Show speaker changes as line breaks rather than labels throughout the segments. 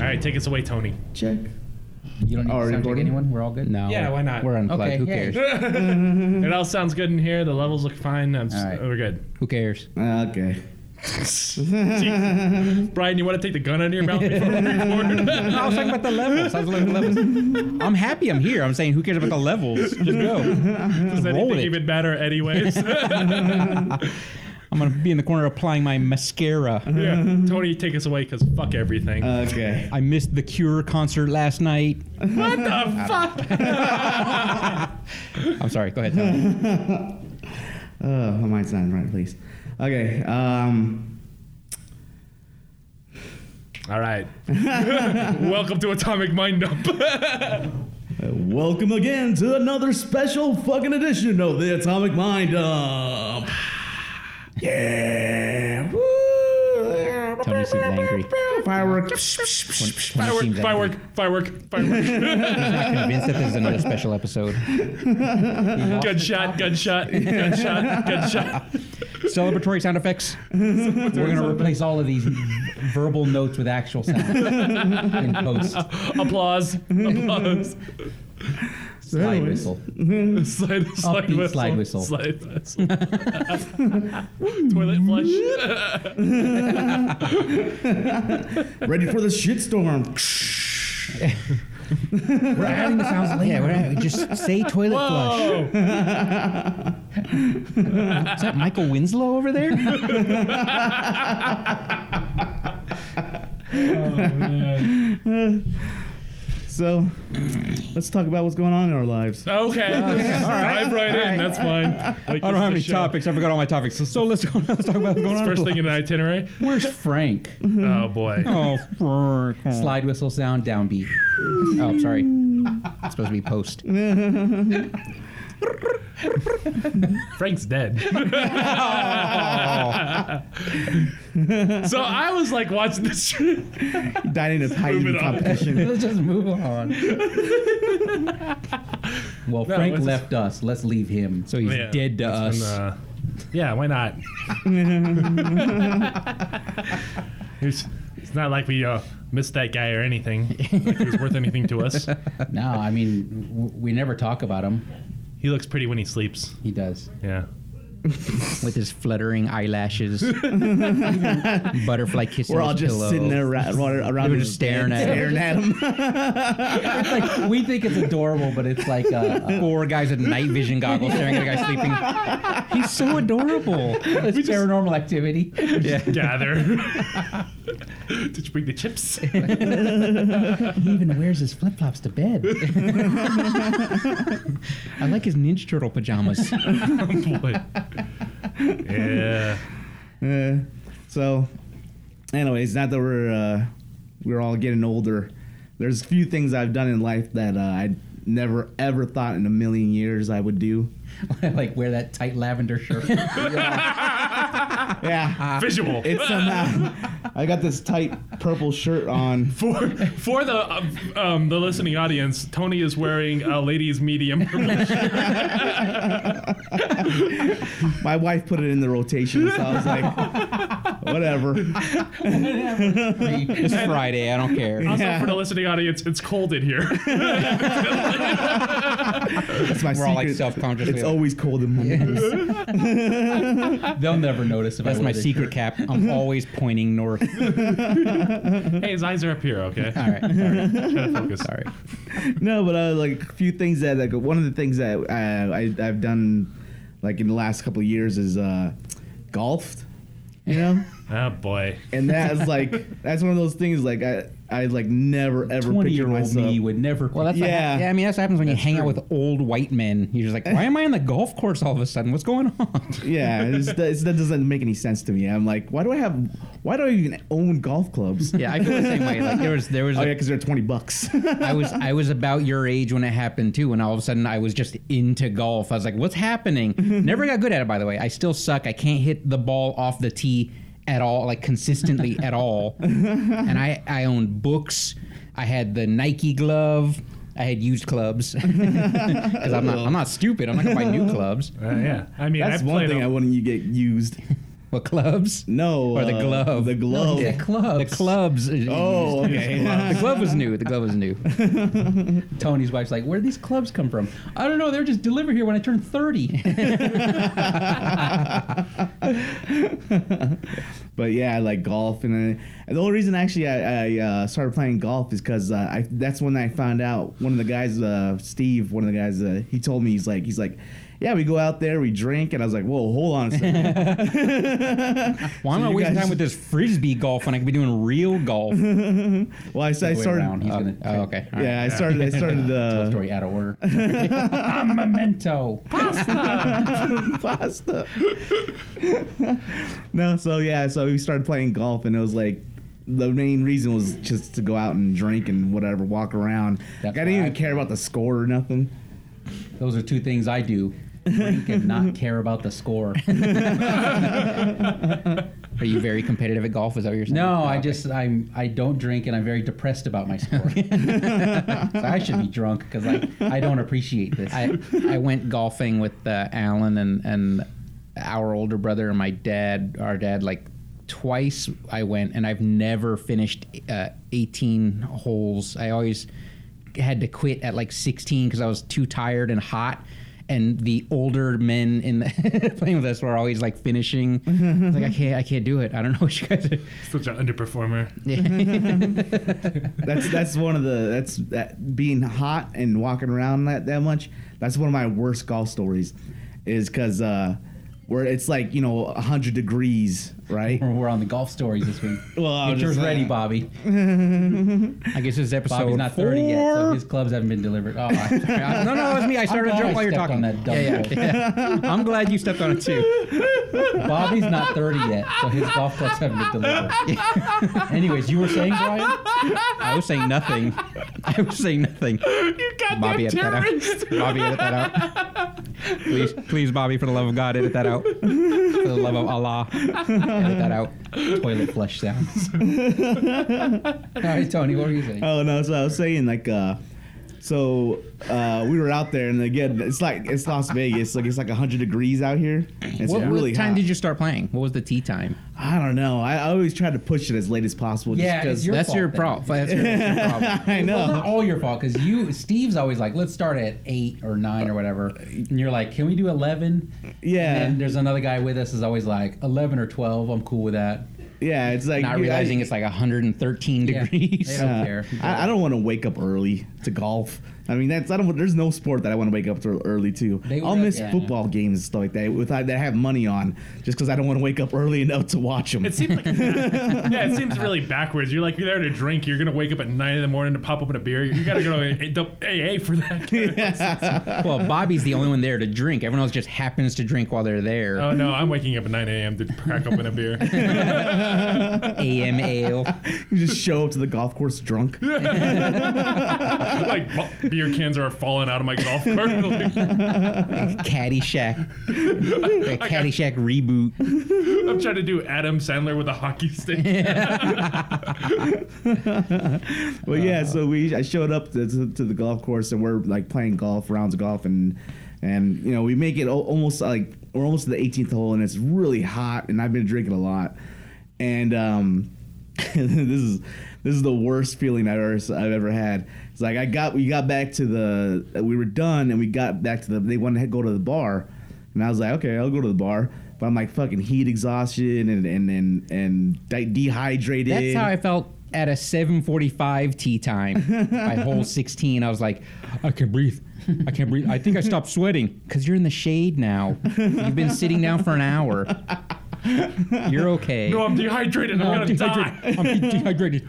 right, take us away, Tony.
Check.
You don't need
Are
to
we
sound check
recording?
anyone. We're all good.
No.
Yeah, why not?
We're unplugged.
Okay,
Who
yeah.
cares?
it all sounds good in here. The levels look fine. I'm just,
All right.
We're good.
Who cares?
Okay.
Brian, you want to take the gun out of your mouth before we record?
No, I was talking about the levels. I was looking at the levels. I'm happy I'm here. I'm saying who cares about the levels? Just go.
Does
Roll
anything
it.
even matter, anyways?
I'm gonna be in the corner applying my mascara.
yeah. Tony, take us away because fuck everything.
Uh,
Okay.
I missed the Cure concert last night.
what the fuck?
I'm sorry. Go ahead. Tony.
Oh, my mind's not in right, please. Okay. Um.
All right. Welcome to Atomic Mind Dump.
Welcome again to another special fucking edition of the Atomic Mind Dump. Yeah. Woo.
Tony seems angry.
Fireworks.
When- when he
Firework,
seems angry,
firework, firework, firework.
He's not convinced that this is another special episode. He lost his
Gunshot, gunshot, gunshot, gunshot.
Celebratory sound effects. We're gonna replace all of these verbal notes with actual sounds in post.
applause, applause.
Slide whistle.
Slide, slide
Upbeat
whistle.
slide whistle.
Slide whistle. Toilet flush.
Ready for the shitstorm.
We're adding the sounds later. Yeah, we're adding, just say toilet flush.
Whoa.
Is that Michael Winslow over there?
So, let's talk about what's going on in our lives.
Okay. Dive right in. That's fine. Like,
I don't have any
this is the show.
topics. I forgot all my topics. So, so let's, go, let's talk about what's going on.
First thing in the itinerary.
Where's Frank?
Oh boy.
Oh, Frank. Slide whistle sound, downbeat. Oh, I'm sorry. It's supposed to be post.
Frank's dead. so I was like watching this.
Dining a Titan
Moving on.
competition.
Let's just move on. well, Frank
let's-
left us. Let's leave him. So he's
Yeah.
dead to us.
And, uh, yeah, why not? it's, it's not like we uh, missed that guy or anything. Like he was worth anything to us.
no, I mean, w- we never talk about him.
He looks pretty when he sleeps.
He does.
Yeah.
With his fluttering eyelashes, butterfly kissing
We're all just sitting there ra- ra- around
We're
the
just staring
bed,
at him.
staring at him.
like, we think it's adorable, but it's like uh, four guys with night vision goggles staring at a guy sleeping. He's so adorable. It's paranormal activity. Yeah.
Gather. Did you bring the chips?
He even wears his flip flops to bed. I like his Ninja Turtle pajamas.
Oh, boy. Yeah.
Uh, so, anyways, not that we're uh, we're all getting older. There's a few things I've done in life that uh, I never ever thought in a million years I would do.
like wear that tight lavender shirt.
Yeah,
Visual.
it's somehow I got this tight purple shirt on.
For, for the uh, um, the listening audience, Tony is wearing a ladies' medium.
My wife put it in the rotation, so I was like, whatever.
it's Friday. I don't care.
Also, for the listening audience, it's cold in here.
That's my
We're all like
secret.
self-conscious.
it's always cold in my
They'll never notice if That's my secret cap. I'm always pointing north.
hey, his eyes are up here. Okay.
All right.
Try
Sorry.
to focus.
Sorry.
No, but I like a few things that like one of the things that uh, I, I I've done like in the last couple of years is uh, golfed. You know.
Oh boy.
and that's like that's one of those things like I I like never ever picture
Twenty-year-old
myself.
me would never. Well, that's
what
yeah.
hap-
yeah, I mean, that's what happens when you hang out
true.
with old white men. You're just like, why am I on the golf course all of a sudden? What's going on?
Yeah, it's, it's, that doesn't make any sense to me. I'm like, why do I have? Why do I even own golf clubs?
Yeah, I feel the same way. Like there was, there was.
Oh
a-
yeah, because they're twenty bucks.
I was, I was about your age when it happened too, and all of a sudden I was just into golf. I was like, what's happening? Never got good at it, by the way. I still suck. I can't hit the ball off the tee at all, like consistently at all. And I, I owned books. I had the Nike glove. I had used clubs because I'm not, I'm not stupid. I'm not gonna buy new clubs.
Uh, yeah. I mean,
That's
I
one
played.
thing I
a-
wouldn't you get used.
Aqua clubs?
No,
Or the
uh,
glove.
the glove.
the clubs. The clubs. is
Oh,
used.
okay.
the glove was new. The glove was new. Tony's wife's like, where do these clubs come from? I don't know. They're just delivered here when I turned 30.
but yeah, I like golf, and, I, and the only reason actually I, I uh, started playing golf is because uh, I that's when I found out one of the guys, uh, Steve, one of the guys, uh, he told me he's like he's like, yeah, we go out there, we drink, and I was like, whoa, hold on a second.
Why am
So
I
you
wasting
guys-
time with this frisbee golf when I could be doing real golf?
well, I, I
Way
started.
around. He's gonna- oh, okay. All right.
yeah, I started. I started
Tell a
the
story out of order. I'm memento.
uh, pasta. no, so yeah, so we started playing golf, and it was like the main reason was just to go out and drink and whatever, walk around.
That's
Like, I didn't
why
even
I-
care about the score or nothing.
Those are two things I do. Drink and not care about the score.
Are you very competitive at golf? Is that what you're saying? Oh,
No, I
Okay.
just I'm I don't drink and I'm very depressed about my score. So I should be drunk because I I don't appreciate this.
I, I went golfing with uh, Alan and, and our older brother and my dad, our dad, like twice I went, and I've never finished uh, 18 holes. I always had to quit at like 16 because I was too tired and hot. And the older men in the playing with us were always like finishing. I was like I can't, I can't do it. I don't know what you guys are.
Such an underperformer.
That's that's one of the that's that being hot and walking around that that much. That's one of my worst golf stories, is because uh, where it's like you know hundred degrees, right?
Oh.
We're on the golf stories this week.
Well, I was
Get yours
just
ready,
saying.
Bobby.
I guess this is episode
Bobby's not 30
four.
yet, so his clubs haven't been delivered. Oh, I,
Yeah, no, no, it was me. I started a
glad
joke
I
while you're
stepped
talking.
on that dumb
yeah,
joke.
yeah, yeah. I'm glad you stepped on it too.
Bobby's not 30 yet, so his golf clubs haven't been delivered. Anyways, you were saying, Brian?
I was saying nothing. I was saying nothing. You got Bobby, edit that out. Bobby, edit that out. Please, please, Bobby, for the love of God, edit that out. For the love of Allah, edit that out.
Toilet flush sounds. All right, Tony, what were you saying?
Oh no, so I was saying like uh so uh we were out there and again it's like it's Las Vegas, like it's like hundred degrees out here. It's
what
really
time
hot.
did you start playing? What was the tea time?
I don't know. I, I always try to push it as late as possible
Yeah,
yeah,
it's
just because
your
That's
fault,
your
then.
problem. That's your, that's your problem.
I
Well,
know.
not all your fault because you, Steve's always like, let's start at eight or nine or whatever, and you're like, can we do eleven?
Yeah.
And then there's another guy with us is always like eleven or twelve. I'm cool with that.
Yeah, it's like
Not
dude,
realizing
I,
it's like 113
Yeah.
degrees.
They don't care.
I, I don't want to wake up early to golf. I mean, that's I don't. There's no sport that I want to wake up to early to.
They
I'll
were-
miss
yeah.
football games and stuff like that without that I have money on just because I don't want to wake up early enough to watch them.
It seems like yeah, it seems really backwards. You're like you're there to drink. You're gonna wake up at nine in the morning to pop open a beer. You gotta go to AA for that.
Well, Bobby's the only one there to drink. Everyone else just happens to drink while they're there.
Oh no, I'm waking up at 9 a.m. to crack open a beer.
AM ale.
you just show up to the golf course drunk.
like bu- beer cans are falling out of my golf cart. Like,
Caddyshack. the Caddyshack reboot.
I'm trying to do Adam Sandler with a hockey stick.
Well, yeah. So we, I showed up to, to, to the golf course, and we're like playing golf rounds of golf, and and you know we make it al- almost like we're almost to the 18th hole, and it's really hot, and I've been drinking a lot, and um, this is this is the worst feeling I've ever I've ever had. It's like I got we got back to the we were done, and we got back to the they wanted to go to the bar, and I was like, okay, I'll go to the bar. But I'm like fucking heat exhaustion and and and, and de- dehydrated.
That's how I felt at a 7:45 tea time. By hole 16, I was like, I can't breathe. I can't breathe. I think I stopped sweating because you're in the shade now. You've been sitting down for an hour. You're okay.
no, I'm dehydrated. I'm gonna die.
I'm dehydrated.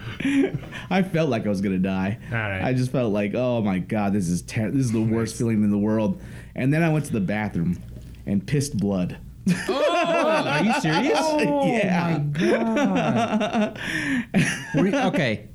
I felt like I was gonna die.
All right.
I just felt like, oh my god, this is ter- this is the worst feeling in the world. And then I went to the bathroom and pissed blood.
Are you serious?
Oh
yeah,
Were you- okay.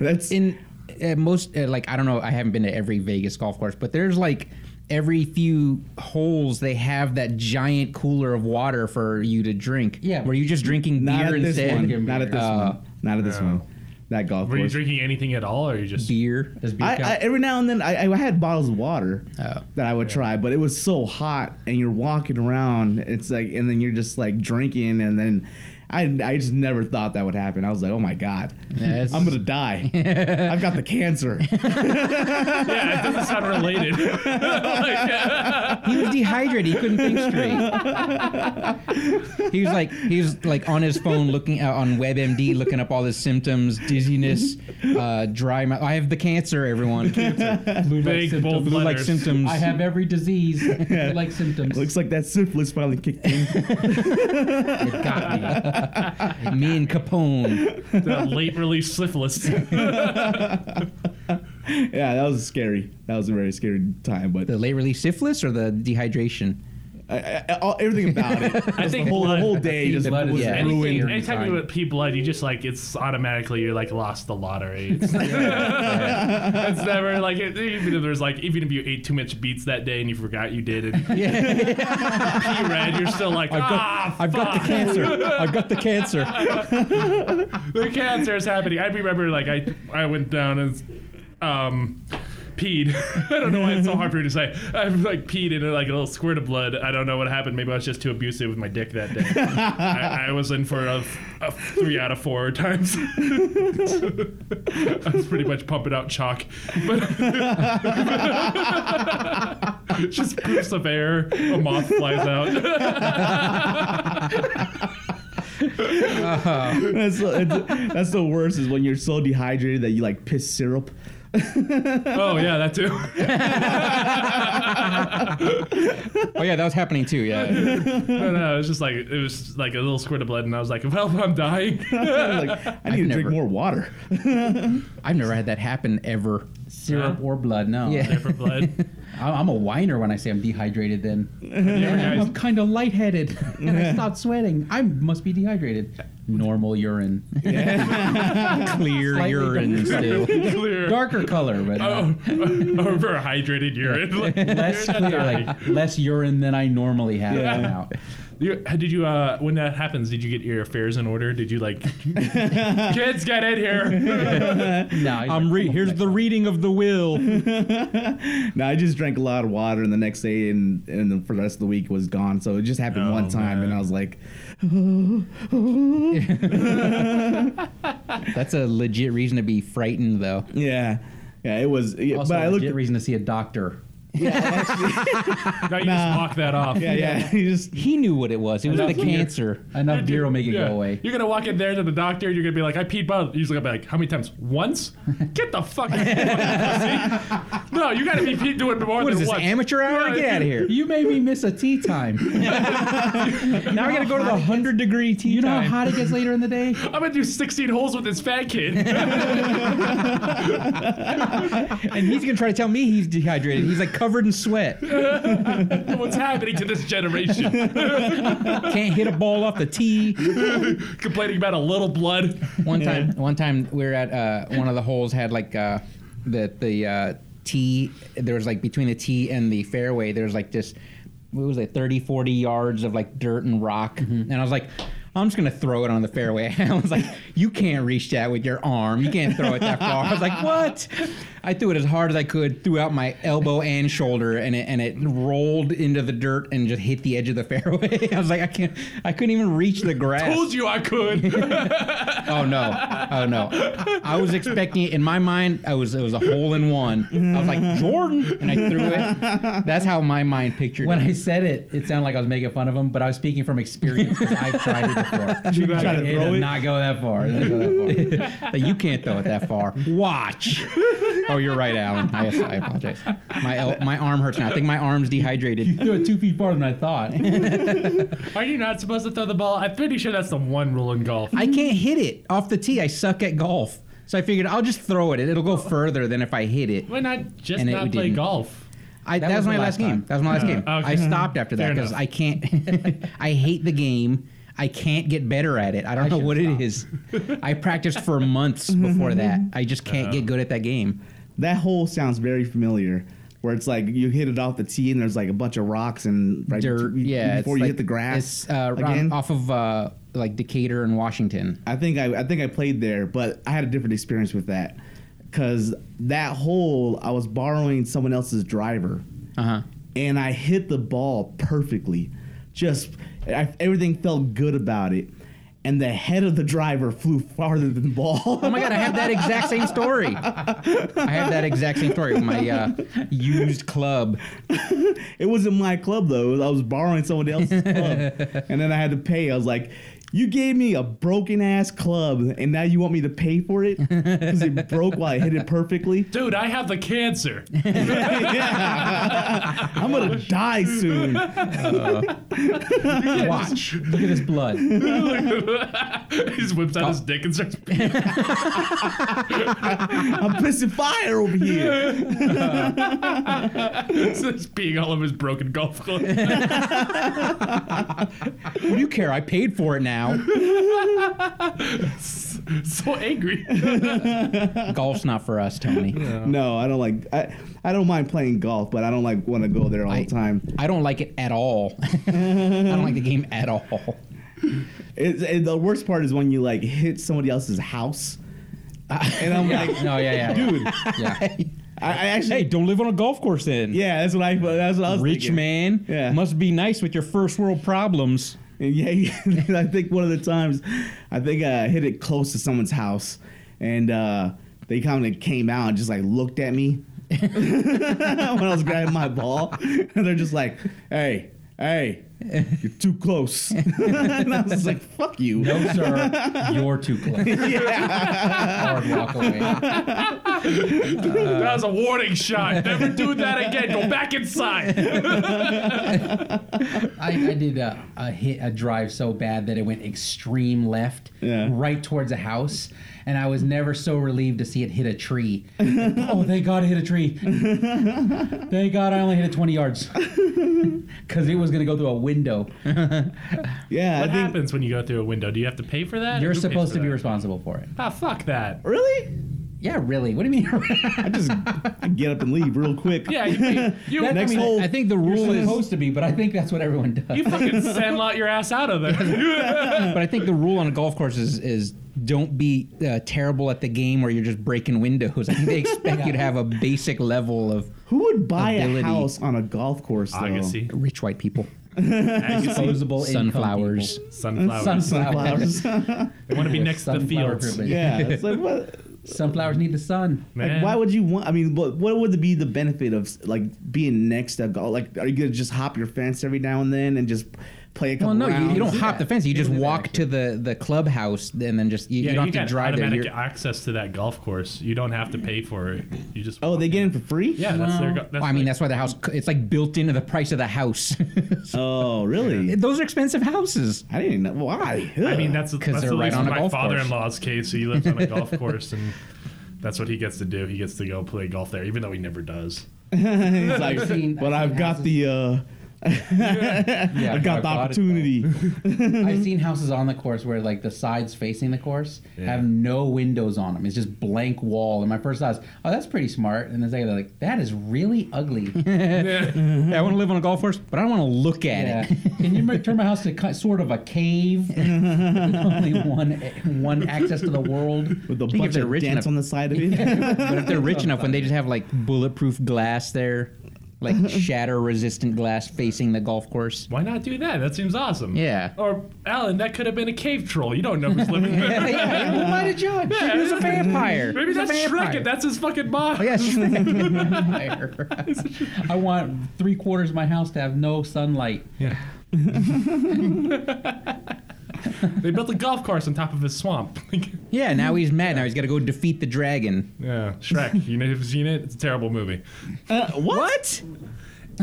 that's
in at most uh, like I don't know I haven't been to every Vegas golf course, but there's like every few holes they have that giant cooler of water for you to drink.
Yeah.
were you just drinking
not
beer
at this
instead?
one. Not at this
Uh,
one. Not at this
No.
one. that golf
Oh. Were you
course.
drinking anything at all, or you just?
Beer as beer
I,
count?
I, every now and then I, I had bottles of water
Oh.
that I would try, but it was so hot, and you're walking around. It's like, and then you're just like drinking, and then I, I just never thought that would happen. I was like, oh my god,
Yeah, it's-
I'm gonna die. I've got the cancer.
Yeah, it doesn't sound related. Like, uh,
He was dehydrated. He couldn't think straight. he was like he was like on his phone looking uh, on WebMD, looking up all his symptoms: dizziness, uh, dry mouth. I have the cancer, everyone.
Blue
Big, bold
Blue like
Letters.
symptoms.
I have every disease. Blue like symptoms.
Looks like that syphilis finally kicked in.
it got me. me and Capone.
the Uh, late release syphilis.
yeah, that was scary. That was a very scary time, but
The late release syphilis or the dehydration?
I, I, I- all, everything about it. I
think
the whole, the
blood-
whole day
think
just
blood is
was
yeah.
yeah.
Anything-
Ruined
anytime
time.
you pee blood, you just like it's automatically you're like lost the lottery. It's, it's never like it, even if there's like even if you ate too much beets that day and you forgot you did and you
Yeah.
pee red, you're still like ah,
I've got the
fuck."
cancer. I've got the cancer.
the cancer is happening. I remember like I I went down and um peed. I don't know why it's so hard for me to say. I like peed into like a little squirt of blood. I don't know what happened. Maybe I was just too abusive with my dick that day. I, I was in for a, a three out of four times. I was pretty much pumping out chalk, but just poofs of air. A moth flies out.
That's, it's- that's the worst is when you're so dehydrated that you like piss syrup.
oh yeah, that too.
Oh yeah, that was happening too. Yeah.
No, no, it was just like it was like a little squirt of blood, and I was like, "Well, I'm dying."
like, I need to drink
never-
more water.
I've never had that happen ever.
Syrup
Huh?
or blood? No.
Yeah.
Different blood.
I- I'm a whiner when I say I'm dehydrated. Then
You ever guys-
I'm kind of lightheaded and I stop sweating. I must be dehydrated. Normal urine,
Clear
Slightly
urine still.
clear.
darker color, but uh,
Oh, overhydrated urine. Like,
less
you're
clear,
dying.
like less urine than I normally have
Yeah.
now.
You- did you? Uh, when that happens, did you get your affairs in order? Did you like, kids, get in here?
No,
I'm re- here's the reading of the will.
No, I just drank a lot of water, and the next day and and then for the rest of the week was gone. So it just happened
Oh,
one time,
man.
and I was like,
That's a legit reason to be frightened, though.
yeah, yeah, it was. yeah,
also
but I looked.
legit reason to see a doctor.
now you just walk that off.
yeah, yeah, you just
He knew what it was. It was the
That's weird.
cancer.
Enough beer will make it
Yeah.
go away.
You're gonna walk in there to the doctor. You're gonna be like, "I peed blood." He's gonna be like, "How many times? Once? Get the fuck out of here, pussy. No, you gotta be pe- doing more
What
than
is this
once.
amateur hour?
Yeah.
Get out of here!
You made me miss a tea time.
Now I gotta go to the hundred degree tea
You know how
time.
hot it gets later in the day.
I'm gonna do 16 holes with this fat kid.
and he's gonna try to tell me he's dehydrated. He's like covered in sweat.
What's happening to this generation?
Can't hit a ball off the tee.
Complaining about a little blood.
One time, one time we were at uh, one of the holes had like uh, the the uh, tee. There was like between the tee and the fairway. There was like this. What was it? 30, 40 yards of like dirt and rock. And I was like, I'm just gonna throw it on the fairway. I was like, you can't reach that with your arm. You can't throw it that far. I was like, what? I threw it as hard as I could, threw out my elbow and shoulder, and it and it rolled into the dirt and just hit the edge of the fairway. I was like, I can't. I couldn't even reach the grass.
Told you I could.
Oh no! Oh no! I was expecting it in my mind. I was it was a hole in one. I was like Jordan, and I threw it. That's how my mind pictured
When
it.
I said it, it sounded like I was making fun of him, but I was speaking from experience. 'cause I've tried it before.
you try to
It
throw
did
it.
not go that far. It didn't go that far.
Like, you can't throw it that far. Watch. Oh, you're right, Alan. I, I apologize. My el- my arm hurts now. I think my arm's dehydrated.
Threw it two feet farther than I thought.
Are you not supposed to throw the ball? I'm pretty sure that's the one rule in golf.
I can't hit it off the tee. I suck at golf, so I figured I'll just throw it. It'll go further than if I hit it.
Why not just
And it
not play
didn't.
golf?
I, that, was my last game.
time.
That was my last game.
okay.
I stopped after that
Fair
because
enough.
I can't. I hate the game. I can't get better at it. I don't know
should
what it is. I practiced for months before that. I just can't get good at that game.
that hole sounds very familiar. where it's like you hit it off the tee and there's like a bunch of rocks and right
dirt.
be-
yeah, it's
before you
like-
hit the grass
it's uh, around-
again.
off of uh, like Decatur and Washington.
I think I, I think I played there, but I had a different experience with that because that hole I was borrowing someone else's driver,
Uh huh.
and I hit the ball perfectly. Just I, everything felt good about it, and the head of the driver flew farther than the ball.
Oh my god, I have that exact same story. I have that exact same story with my uh, used club.
it wasn't my club though. I was borrowing someone else's club, and then I had to pay. I was like. You gave me a broken ass club, and now you want me to pay for it because it broke while I hit it perfectly.
Dude, I have the cancer.
Yeah. I'm gonna die soon.
Watch. Look at this blood.
he just whips out his dick and starts.
I'm pissing fire over here.
He's peeing all of his broken golf club.
What do you care? I paid for it now.
so angry.
Golf's not for us, Tony.
No, I don't like. I, I don't mind playing golf, but I don't like want to go there all
I-
the time.
I don't like it at all. I don't like the game at all.
It, it- the worst part is when you like hit somebody else's house, and I'm like,
No, yeah, yeah, yeah.
dude,
Yeah.
I, I actually,
Hey, don't live on a golf course then.
yeah, that's what I. That's what I was
Rich
thinking.
man
Yeah.
must be nice with your first world problems.
And yeah, yeah, I think one of the times, I think I hit it close to someone's house, and uh, they kind of came out and just like looked at me when I was grabbing my ball, and they're just like, "Hey, hey, you're too close," and I was just like, "Fuck you."
No, sir. You're too close. Hard walk away.
that was a warning shot. Never do that again. Go back inside.
I, I did a, a hit a drive so bad that it went extreme left,
Yeah.
right towards a house, and I was never so relieved to see it hit a tree. oh, thank God it hit a tree! thank God I only hit it twenty yards because it was gonna go through a window.
Yeah,
What
I think.
happens when you go through a window? Do you have to pay for that?
You're
Who pays
supposed
for
to be
that?
responsible for it.
Ah, fuck that.
Really?
Yeah, really? What do you mean?
I just get up and leave real quick.
Yeah, you, pay- you,
That-
Next
I mean,
hole.
I think the
You're
rule is,
supposed to be, but I think that's what everyone does.
you fucking sandlot your ass out of there.
but I think the rule on a golf course is, is don't be uh, terrible at the game where you're just breaking windows. I think they expect you to have a basic level of
Who would buy a
Ability.
house on a golf course? Though?
Agassi,
rich white people,
Disposable income
sunflowers.
people.
sunflowers.
Sunflowers.
Flowers. yeah,
they want to be
With
next to the
sunflower
fields.
privilege.
it's like what?
Sunflowers need the sun.
Like,
Man.
why would you want? I mean, what, what would be the benefit of like being next to a golf? Like, are you gonna just hop your fence every now and then and just play a couple?
Well, no, you,
rounds?
you don't hop
Yeah.
the fence. You
You
just
do that,
walk to the, the clubhouse and then just
yeah,
you, you
you
don't
got
have to drive there.
automatic
You're-
access to that golf course. You don't have to pay for it. You just
Oh, they get in for free?
yeah, that's their. go- That's
Well, I mean,
like-
that's why the house. It's like built into the price of the house.
Oh, really?
Those are expensive houses.
I didn't know why.
I mean, that's
'Cause
that's
they're
at
right
least
on a
my
golf course.
father-in-law's case. He lives on a golf course, and that's what he gets to do. He gets to go play golf there, even though he never does.
He's like,
I've seen-
but I've
I've seen
got the uh,
Yeah,
I got the opportunity.
I've seen houses on the course where like the sides facing the course have no windows on them. It's just blank wall. And my first thought is, oh, that's pretty smart. And then second, they're like, that is really ugly.
Mm-hmm.
Yeah, I want to live on a golf course, but I don't want to look at
yeah.
it.
Can you make, turn my house to ki- sort of a cave? Only one one access to the world.
with a
think if
bunch
they're
of
rich
dents
enough-
on the side of it.
But if they're rich enough, when they just have like bulletproof glass there, like shatter-resistant glass facing the golf course.
Why not do that? That seems awesome.
Yeah.
Or Alan, that could have been a cave troll. You don't know who's living there.
yeah, who am I to judge?
Yeah.
He was a vampire.
Maybe
He was
that's
a vampire.
Shrek. and That's his fucking mom.
Oh, yeah, Shrek.
I want three quarters of my house to have no sunlight.
They built a golf course on top of his swamp.
yeah. Now he's mad. Now he's got to go defeat the dragon.
yeah, Shrek. You never seen it? It's a terrible movie.
Uh, what?
Oh,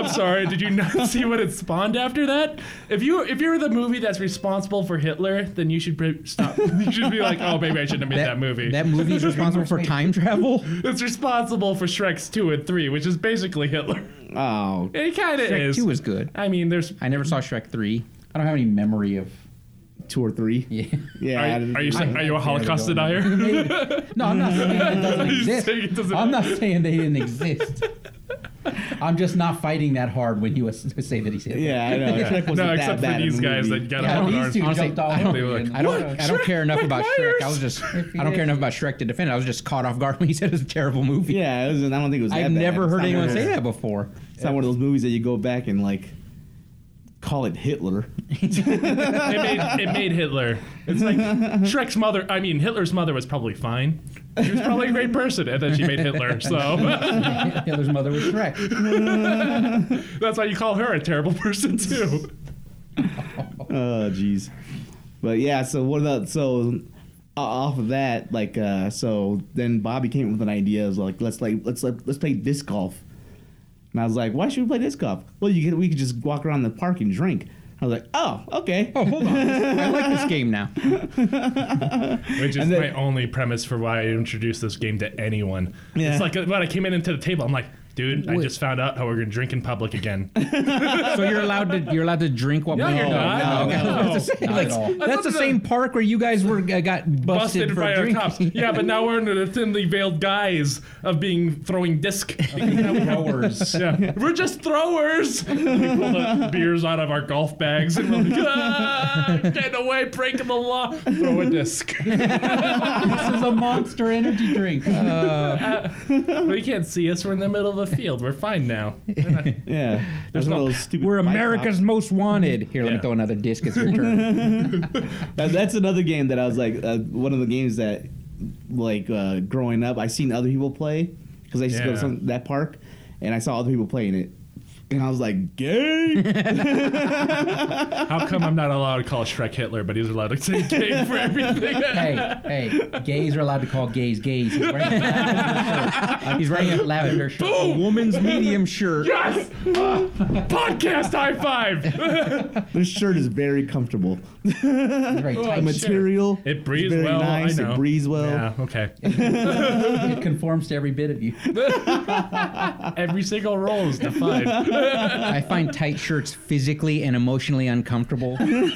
I'm sorry. Did you not see what it spawned after that? If you if you're the movie that's responsible for Hitler, then you should pre- stop. You should be like, oh, maybe I shouldn't have made that, movie.
That movie is responsible for time travel.
it's responsible for Shrek's two and three, which is basically Hitler.
Oh,
It kind of
Shrek
is.
Two was good.
I mean, there's
I never saw Shrek Three.
I don't have any memory of
two or three.
Yeah.
Yeah.
Are,
I
you-
didn't-
are you
I-
sa- are you a Holocaust denier?
No, I'm not saying it doesn't
He's
exist.
saying it doesn't-
I'm not saying they didn't exist. I'm just not fighting that hard when you say that he's hit.
Yeah, I know. Shrek wasn't
no,
that
except
bad
for
in
these
the
guys
movie.
that got
Yeah,
up in
these
arms.
two
Honestly,
jumped off.
I
of
don't-
me
look-
and-
I don't. I don't
Shrek-
care enough
Mike
about Shrek. I
Myers.
was just. I don't care enough about Shrek to defend. it. I was just caught off guard when he said it was a terrible movie.
Yeah, it was, I don't think it was. that
I've
bad.
never
It's
heard
not one
anyone
of
say
those-
that before.
It's not one of those movies that you go back and like call it Hitler.
it, made, it made Hitler. It's like Shrek's mother. I mean, Hitler's mother was probably fine. She was probably a great person, and then she made Hitler. So
Hitler's mother was Shrek.
that's why you call her a terrible person too.
Oh, jeez. But yeah, so what about so o- off of that, like, uh, so then Bobby came up with an idea. Is like, let's like let's let, let's play disc golf. And I was like, why should we play disc golf? Well, you could, we could just walk around the park and drink. I was like, oh, okay.
Oh, hold on. I like this game now.
Which is
And then-
my only premise for why I introduced this game to anyone.
Yeah.
It's like when I came in into the table, I'm like, dude, I just found out how we're gonna drink in public again.
So you're allowed to you're alled to drink what?
No,
we
you're
all-
not.
okay.
No.
That's the same,
Not at all.
like, that's the
thought
same park where you guys were uh, got busted,
Busted
for
by our
drinking.
cops. Yeah, but now we're under the thinly veiled guise of being throwing disc. throwers. Yeah. We're just throwers. We pull the beers out of our golf bags and we're like, ah, get away, breaking the law. Throw a disc.
This is a monster energy drink.
Uh,
But you can't see us. We're in the middle of a field. We're fine now.
Yeah, that's one
no-
of those stupid.
We're
bike
America's most wanted. Here, let
Yeah.
me throw another disc. It's your turn.
That- that's another game that I was like uh, one of the games that like uh, growing up I seen other people play because I used to go
Yeah.
to some, that park and I saw other people playing it and I was like gay
How come I'm not allowed to call Shrek Hitler, but he's allowed to say gay for everything?
hey, hey, gays are allowed to call gays gays. He's wearing a lavender shirt. He's wearing a lavender shirt.
Boom!
Woman's medium shirt.
Yes! Ah, podcast high five!
this shirt is very comfortable
He's very
Oh,
tight.
the material
It
is
breathes
very
well.
nice
I know.
it breathes well
Yeah, okay.
It conforms to every bit of you.
Every single role is defined.
I find tight shirts physically and emotionally uncomfortable. Because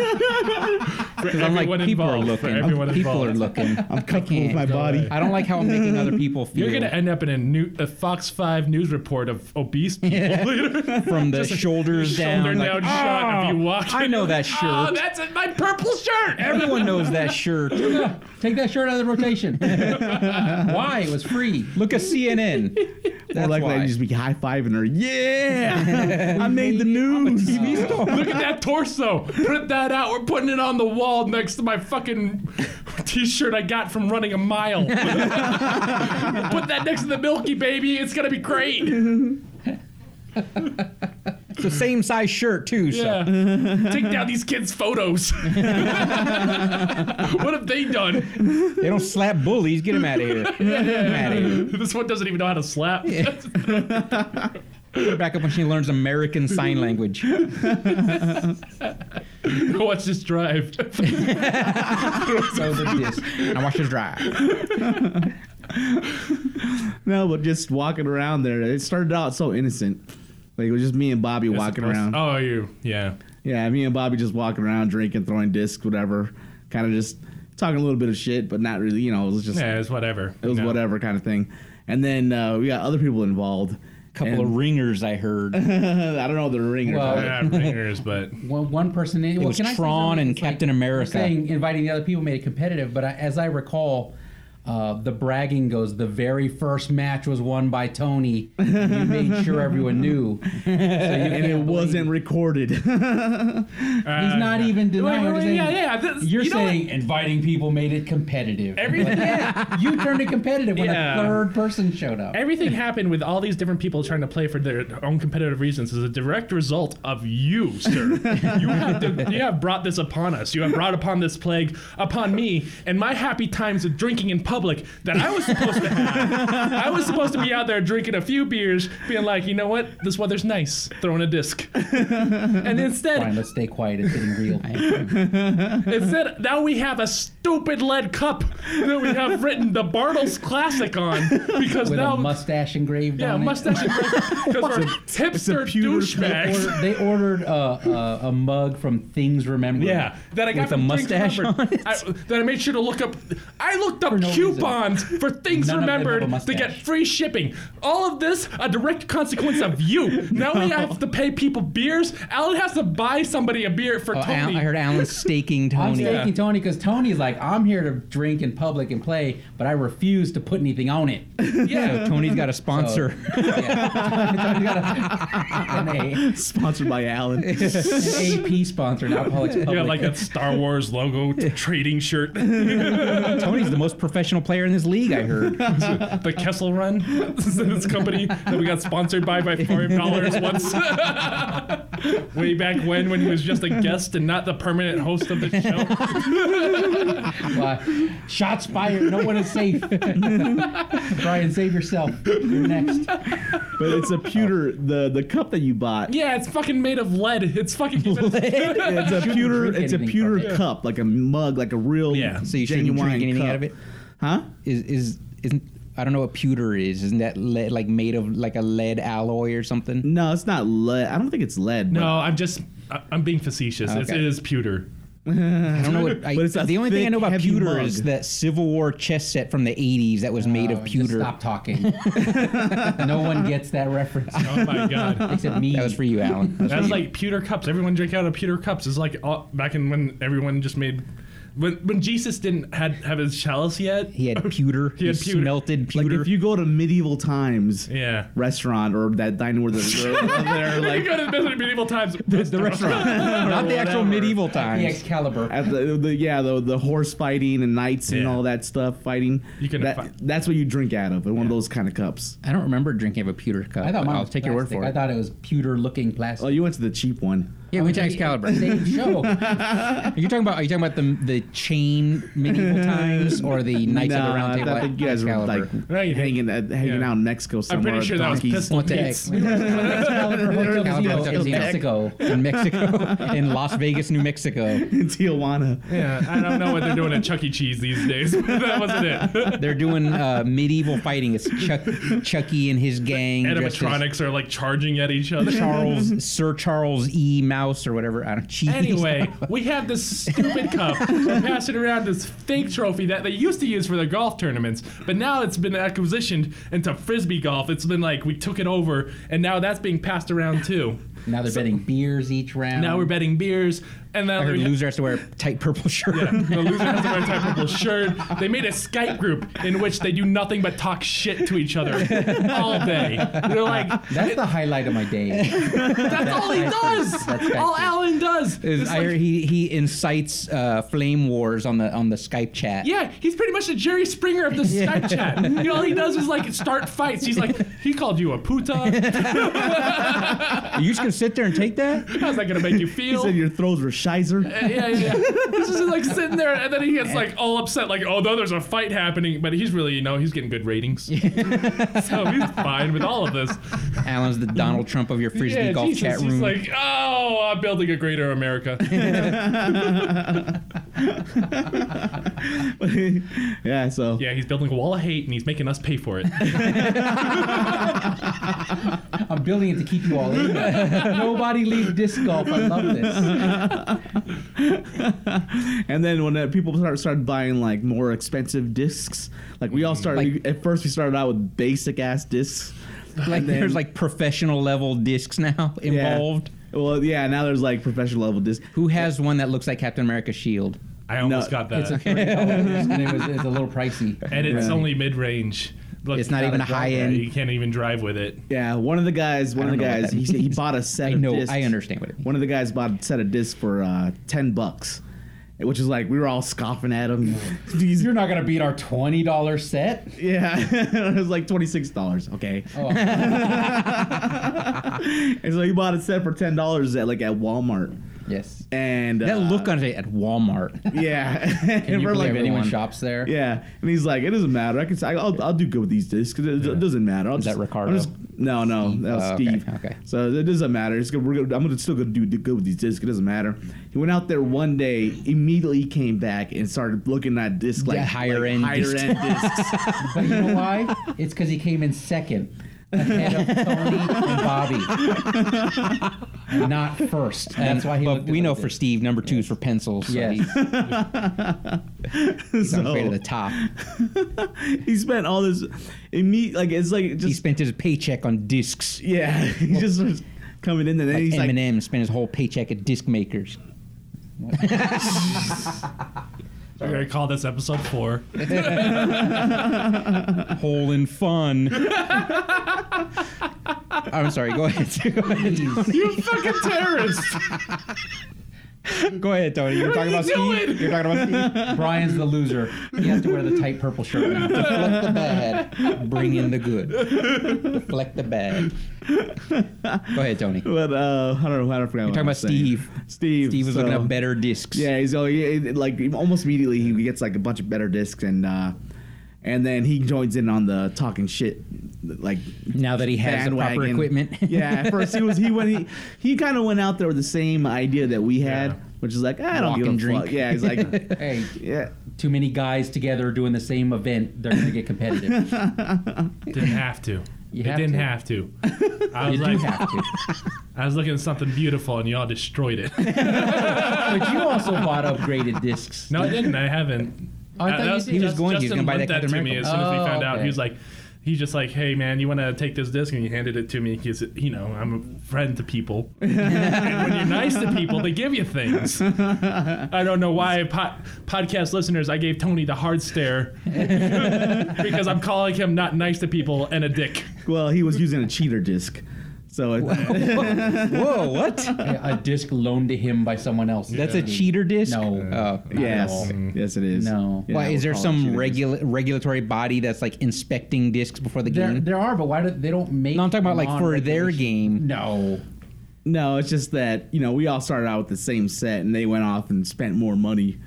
I'm like,
everyone
people are
involved, for
looking.
everyone
people are
involved.
looking. I'm
comfortable with my body
I don't like how I'm making other people feel
You're gonna end up in a new a Fox Five news report of obese people later.
from the shoulders down.
Shoulder
like,
down shot
"Ah,
of you walking.
I know that shirt.
Oh, that's it, my purple shirt.
Everyone knows that shirt.
Take that shirt out of the rotation. Why? It was free.
Look at CNN. That's
I like that
why.
you just be high fiving her yeah I made the news
Look at that torso. Print that out. We're putting it on the wall next to my fucking t-shirt I got from running a mile. Put that next to the Milky Baby. It's gonna be great.
It's the same size shirt too. So.
Yeah. Take down these kids' photos. what have they done?
They don't slap bullies. Get them out of here. Get 'em outta here.
This one doesn't even know how to slap.
Put her back up when she learns American Sign Language.
Watch this drive.
So the disc.
And watch us drive.
no but just walking around there it started out so innocent like it was just me and Bobby walking around
Oh, you. Yeah.
Yeah, me and Bobby just walking around, drinking, throwing discs, whatever. Kind of just talking a little bit of shit, but not really. You know, it was just
Yeah, it's whatever.
it was whatever kind of thing. And then uh, we got other people involved.
Couple
And-
of ringers I heard. It
I don't know the ring. or
Well,
something.
Yeah, ringers, but
One, one person. In, well,
was
can I say
Tron
something?
and
It's like-
Captain America.
saying inviting the other people made it competitive, but I, as I recall, uh, the bragging goes the very first match was won by Tony. and you made sure everyone knew. So you
and it wasn't recorded.
He's not even denying.
Wait, wait,
I'm just
wait,
saying-
Uh, yeah, yeah. This,
You're
you know
saying inviting people made it competitive.
Everything-
yeah, you turned it competitive when
Yeah.
a third person showed up.
Everything happened with all these different people trying to play for their own competitive reasons is a direct result of you, sir. you, have to, you have brought this upon us. You have brought upon this plague upon me and my happy times of drinking in public that I was supposed to have. I was supposed to be out there drinking a few beers, being like, you know what, this weather's nice, throwing a disc. and
Fine,
instead,
let's stay quiet. It's getting real.
instead, now we have a stupid lead cup that we have written the Bartles Classic on because
With
now.
a mustache engraved
yeah,
on
mustache because we're hipster
it.
douchebags.
Or- They ordered a, a, a mug from Things Remembered.
Yeah, that I got
With
from
a
Things
mustache
Remembered.
on it.
I, that I made sure to look up. I looked up
no reason.
coupons for things
None of them have a
remembered to
mustache.
get free shipping. All of this a direct consequence of you. Now we have to pay people beers. Alan has to buy somebody a beer for
Oh, Al-
Tony.
I heard Alan's staking
I'm
Tony.
taking Tony because Tony's like, I'm here to drink in public and play, but I refuse to put anything on it.
yeah.
Tony's got a sponsor.
I'm a,
Sponsored by Alan.
an AP sponsor, not Public Public.
You got like that Star Wars logo t- trading shirt,
Tony's the most professional player in this league, I heard.
the Kessel Run, this company that we got sponsored by by five dollars once, way back when when he was just a guest and not the permanent host of the show.
Uh, shots fired. No one is safe. Brian, save yourself. You're next.
But it's a pewter. The the cup that you bought.
Yeah, it's fucking made of lead. It's fucking.
It's a pewter.
drink
It's a
anything
pewter
from
it.
cup, like a mug, like a real
Yeah.
So you shouldn't
genuine
drink anything
cup.
out of it.
huh?
Is is isn't I don't know what pewter is. Isn't that lead, like made of like a lead alloy or something?
No, it's not lead. I don't think it's lead.
No, I'm just. I- I'm being facetious. It's,
Okay.
it is pewter.
I don't know what. I,
But it's a
the only thing I know
thick,
about
heavy
pewter
mug.
is that Civil War chess set from the '80s that was made
Oh,
of
just
pewter.
Stop talking. no one gets that reference
Oh my god.
except me.
That was for you, Alan.
That's like pewter cups. Everyone drank out of pewter cups. It's like all, back in when everyone just made. When, when Jesus didn't had have his chalice yet.
He had pewter.
He
he
had pewter.
smelted
Like
pewter.
if you go to medieval times
Yeah.
restaurant or that dining where they're, they're
You
like
go to the Best of medieval times.
the restaurant, not the actual medieval
the
times.
Excalibur.
At the, the yeah the, the horse fighting and knights and
Yeah.
all that stuff fighting.
You can
that,
fi-
that's what you drink out of in one of those kind of cups.
I don't remember drinking of a pewter cup.
I thought
but
mine
I'll
was
take your word
plastic.
for
I
it.
thought it was pewter-looking
Oh,
plastic.
you went to the cheap one.
yeah, we went to Excalibur. Are
Same show.
you talking about? Are you talking about the the chain medieval times or the Knights of the Round
I
Table?
thought
at
that you guys were
Excalibur?
like
Right.
hanging at, hanging
Yeah.
out in Mexico
I'm
somewhere.
pretty sure that was
donkeys.
pistol
What the heck?
pits.
Excalibur Hotel Casino
Excalibur
in
Casino.
Mexico.
in Mexico, in Las Vegas, New Mexico.
in Tijuana.
Yeah, I don't know what they're doing at Chuck E. Cheese these days. but that wasn't it.
They're doing uh, medieval fighting. It's Chuck, Chucky and his gang. dressed as
Animatronics are like charging at each other.
Charles, Sir Charles E. Mouse or whatever. I don't. Jeez.
Anyway, we have this stupid cup passing around this fake trophy that they used to use for their golf tournaments, but now it's been acquisitioned into frisbee golf. It's been like we took it over, and now that's being passed around too.
Now they're betting beers each round.
Now we're betting beers, and now
I heard
we-
loser has to wear a tight purple shirt.
Yeah, the loser has to wear a tight purple shirt. They made a Skype group in which they do nothing but talk shit to each other all day. They're like,
That's the highlight of my day.
that's all he does.
That's Skype
All
group.
Alan does.
Is-
It's
I
like-
heard he he incites uh, flame wars on the on the Skype chat.
Yeah, he's pretty much the Jerry Springer of the Skype chat. You know, all he does is like start fights. He's like, he called you a puta.
Are you just gonna sit there and take that?
How's that gonna make you
He
feel?
said your throws were shizer.
yeah, yeah, yeah. He's just like sitting there, and then he gets like all upset, like, oh, no, there's a fight happening. But he's really, you know, he's getting good ratings, so he's fine with all of this.
Alan's the Donald Trump of your frisbee
yeah,
golf
Jesus,
chat
he's
room.
like, oh, I'm building a greater America.
yeah, so
yeah, he's building a wall of hate, and he's making us pay for it.
I'm building it to keep you all in. Nobody leave disc golf. I love this.
and then when uh, people start started buying like more expensive discs, like we all
Mm.
started at first we started out with basic ass discs.
Like
and then-
there's like professional level discs now
Yeah.
involved.
Well, yeah, now there's like professional level discs.
Who has one that looks like Captain America's shield?
I almost got that,
It's a three dollars, and Oh, it was it's a little pricey.
and it's only mid-range. Look,
It's not
you
even
gotta
a
drive
high-end-
it. You can't even drive with it.
Yeah, one of the guys, one of
don't
the
know what
guys,
that
he, said he
means.
bought a set
I
of
know,
discs.
I understand what it means.
One of the guys bought a set of discs for uh, ten bucks, which is like we were all scoffing at him. These-
You're not gonna beat our twenty dollar set.
yeah, it was like twenty six dollars. Okay,
Oh, I
and so he bought a set for ten dollars at like at Walmart.
Yes.
and
That
uh,
look on it at Walmart.
yeah, and
You
we're
believe
like,
anyone
"Everyone."
shops there?
Yeah, and he's like, it doesn't matter. I can, I, will I'll do good with these discs 'cause it, it doesn't matter. I'll
that
just,
Ricardo?
I'm just- no, no, that was
Oh, okay,
Steve.
okay.
So it doesn't matter. It's good. We're good. I'm gonna still gonna do good with these discs. It doesn't matter. He went out there one day, immediately came back and started looking at discs like
Yeah, higher
like
end
higher
discs.
end discs.
But you know why? It's because he came in second. Ahead of Tony and Bobby. Not first. That's why he
but
looked at
we
it
know
like
for
this.
Steve, number two is for pencils. So
Yes.
he's
so
way to the top.
he spent all this, imme- like it's like
He
just
spent his paycheck on discs.
yeah, he just was coming in there. And then he's like,
Eminem spent his whole paycheck at disc makers.
We're gonna call this episode four.
Hole in fun. Oh, I'm sorry. Go ahead. Go ahead, Tony.
you fucking terrorist!
Go ahead, Tony. You're
What
talking
are
about
you doing?
Steve. You're talking about Steve.
Brian's the loser. He has to wear the tight purple shirt now.
Deflect the bad. Bring in the good. Deflect the bad. Go ahead, Tony.
but uh, I don't know. I don't forget. You're
talking about Steve.
Steve.
Steve was
so-
looking up better discs.
Yeah, he's all, he- he- like almost immediately he gets like a bunch of better discs and uh and then he joins in on the talking shit like
Now that he has the proper
bandwagon.
equipment.
yeah, at first he was he went he, he kind of went out there with the same idea that we had,
Yeah.
which is like I don't
Walk
give
and
a
drink.
fuck. Yeah, he's like
Hey,
yeah.
too many guys together doing the same event, they're going to get competitive.
Didn't have to.
You
it
have
didn't
to.
have to. I was
You do
like,
have to.
I was looking at something beautiful, and y'all destroyed it.
But you also bought upgraded discs.
No, I didn't. I haven't.
I thought
Uh,
you
that's-
did. He was
Justin-
going- he was
Justin
gonna buy
limped
that
that
Captain
to me as
America.
soon as we
Oh,
found out.
okay.
He was like, he's just like, hey man, you want to take this disc? And he handed it to me because you know I'm a friend to people. and when you're nice to people, they give you things. I don't know why po- podcast listeners. I gave Tony the hard stare because I'm calling him not nice to people and a dick.
Well, he was using a cheater disc, so it,
Whoa, what?
A a disc loaned to him by someone else.
That's a cheater disc?
No.
Oh.
yes, yes it is.
No.
Yeah,
Why
we'll
is there
call it
some
cheater disc.
regula- regulatory body that's like inspecting discs before the
There,
game?
there are, but why do they don't make?
no, I'm talking about like for their
non-regulation-
game.
No,
No, it's just that you know we all started out with the same set, and they went off and spent more money.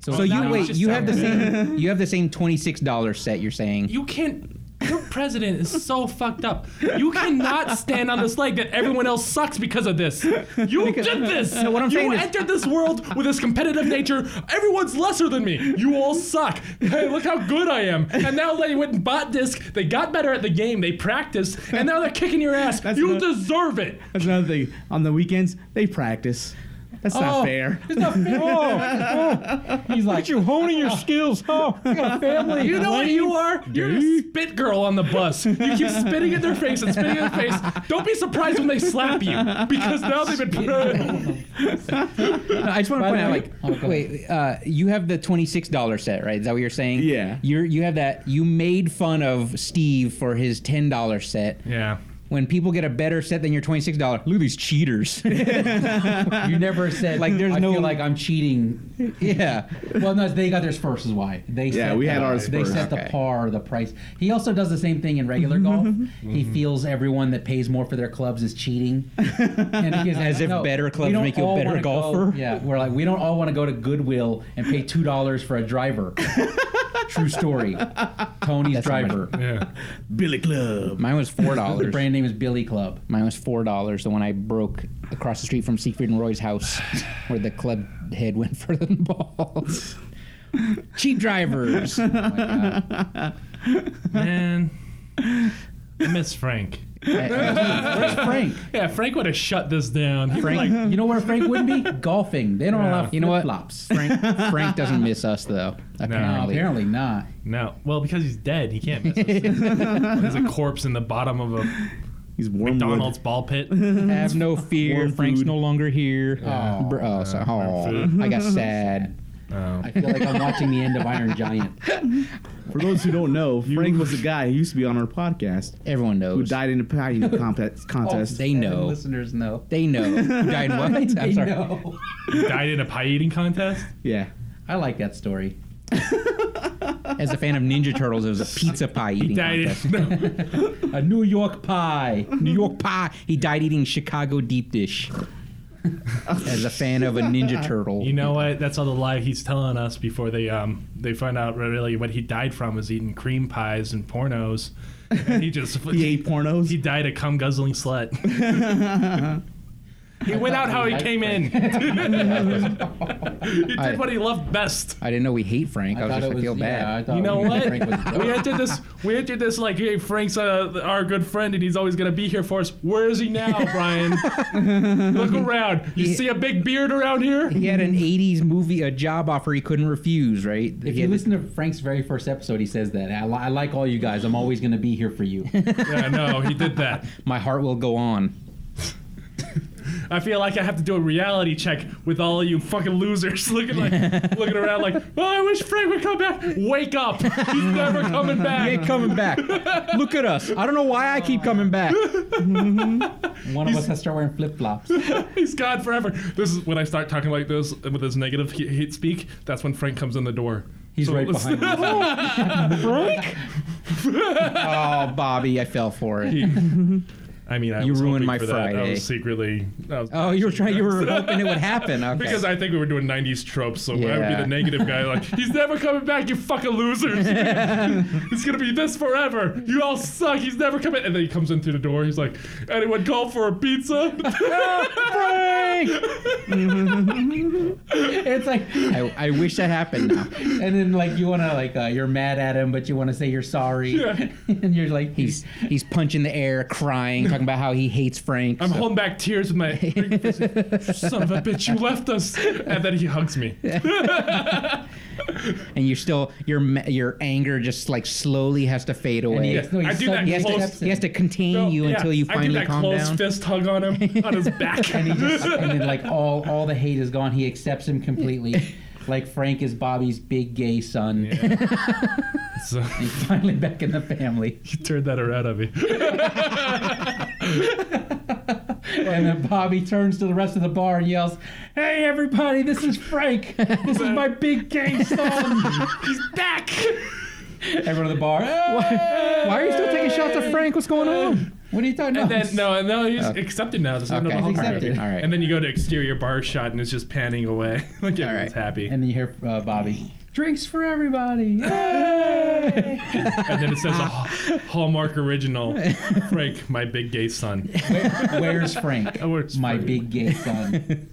So
Oh,
you
no,
wait,
it's just
you have the
sound
same you have the same twenty six dollar set you're saying.
You can't. Your president is so fucked up. You cannot stand on this leg that everyone else sucks because of this. You did this.
No, what I'm
you
saying is-
entered this world with this competitive nature. Everyone's lesser than me. You all suck. Hey, look how good I am. And now they went and bought disc. They got better at the game. They practiced, and now they're kicking your ass. you
not-
deserve it.
That's another thing. On the weekends, they practice. That's
Oh.
Oh, not fair.
he's like
you honing your skills, huh?
family.
You know what you are? You're a spit girl on the bus. You keep spitting in their face and spitting in their face. Don't be surprised when they slap you because now they've been.
I just want to point out,
way-
like,
Oh, go
wait, uh, you have the twenty six dollar set, right? Is that what you're saying?
Yeah.
You're you have that. You made fun of Steve for his ten dollar set.
Yeah.
When people get a better set than your twenty six dollar, look at these cheaters.
You never said
Like, there's
I
no-
feel like I'm cheating.
yeah.
Well, no, they got theirs first, is why they.
Yeah,
set
we
the-
had ours
They
first.
set
Okay.
the par, the price. He also does the same thing in regular
Mm-hmm,
golf. He feels everyone that pays more for their clubs is cheating. And he is
As
like,
if
"No,
better
we
clubs
don't
make you a
all
better
wanna go-"
golfer.
yeah, we're like we don't all want to go to Goodwill and pay two dollars for a driver. True story. Tony's driver.
Yeah.
Billy Club.
Mine was four
The
dollars.
brand name is Billy Club.
Mine was four dollars. The one I broke across the street from Siegfried and Roy's house, where the club head went further than the balls. Cheap drivers.
Man, I miss Frank.
Where's Frank?
Yeah, Frank would have shut this down. He was
Frank,
like,
you know where Frank would be? Golfing. They don't allow
You
you
know
know
what?
flops.
Frank, Frank doesn't miss us though. Apparently.
Apparently not.
no. Well, because he's dead, he can't miss us. There's a corpse in the bottom of a
He's warm.
McDonald's ball pit.
Have no fear.
Warm
Frank's
food.
no longer here. Oh, oh, so, oh
food.
I got sad.
Uh,
I feel like I'm watching the end of Iron Giant.
For those who don't know, Frank was the guy who used to be on our podcast
Everyone knows.
who
Oh,
died in a pie eating compe- contest.
They know.
Listeners know.
They know. Who died in what? I'm
They
sorry.
know.
He died in a pie eating contest.
yeah.
I like that story.
As a fan of Ninja Turtles, it was a pizza pie eating
Died in,
contest.
no.
A New York pie.
New York pie. He died eating Chicago deep dish. as a fan of a Ninja Turtle.
You know what? That's all the lie he's telling us before they um they find out really what he died from was eating cream pies and pornos. And he just
He ate pornos.
He died a cum guzzling slut. he went out how he came in. he did what he loved best.
I didn't know we hate Frank. I, was
thought
just
it
I feel
yeah, I
bad.
thought
You
Oh,
know what?
Frank was
we entered this. We entered this like, hey, Frank's uh, our good friend, and he's always gonna be here for us. Where is he now, Brian? Look around. You see a big beard around here?
he had an '80s movie, a job offer he couldn't refuse. Right?
If
He
you
had-
listen to Frank's very first episode, he says that. I, li- I like all you guys. I'm always going to be here for you.
yeah, no, he did that.
my heart will go on.
I feel like I have to do a reality check with all of you fucking losers looking like looking around like, oh, I wish Frank would come back. Wake up! He's never coming
He
back.
ain't coming back. Look at us. I don't know why I keep coming back.
One of us has to start wearing flip flops.
He's gone forever. This is when I start talking like this and with this negative he- hate speak. That's when Frank comes in the door.
He's right
let's-
behind me.
Oh, Bobby, I fell for it.
I mean, I
You
was
ruined
hoping
my
for That. I
Friday.
was secretly. I was-
Oh, you were trying. You were hoping it would happen. Okay.
Because I think we were doing '90s tropes, so I would be
Yeah.
the negative guy. Like, he's never coming back, you fucking losers. it's gonna be this forever. You all suck. He's never coming. And then he comes in through the door. He's like, "Anyone call for a pizza?"
It's like,
I, I wish that happened now.
and then like you want to like uh, you're mad at him, but you want to say you're sorry,
Yeah.
and you're like
He's he's punching the air, crying, talking about how he hates Frank.
I'm holding back tears with my son of a bitch. You left us, and then he hugs me.
and you're still your ma- your anger just like slowly has to fade away. He,
he-
Yeah,
Yes, no, he
I do
sub-
that
he has to-
close.
has to, he has to contain you
yeah,
until you
I do
finally
that
calm
close
down.
fist hug on him on his back.
and he just and then like all all the hate is gone. He accepts him completely. Like Frank is Bobby's big gay son.
so,
Finally back in the family.
he turned that around on me.
And then Bobby turns to the rest of the bar and yells, Hey everybody, this is Frank. This is my big gay son.
He's back.
Everyone at the bar, "Hey!"
Why are you still taking shots at Frank? What's going on?
What are you talking
And
about?
then no, no, he's accepted now. There's
Okay,
no
all
longer
right,
accepted.
all right.
And then you go to exterior bar shot and it's just panning away. like everyone's
right.
happy.
And
And,
then you hear uh, Bobby, Drinks for everybody. Yay!"
then it says a Ha- Hallmark original. Frank, my big gay son.
Where- where's Frank?
Oh, where's
my
Frank?
big gay son.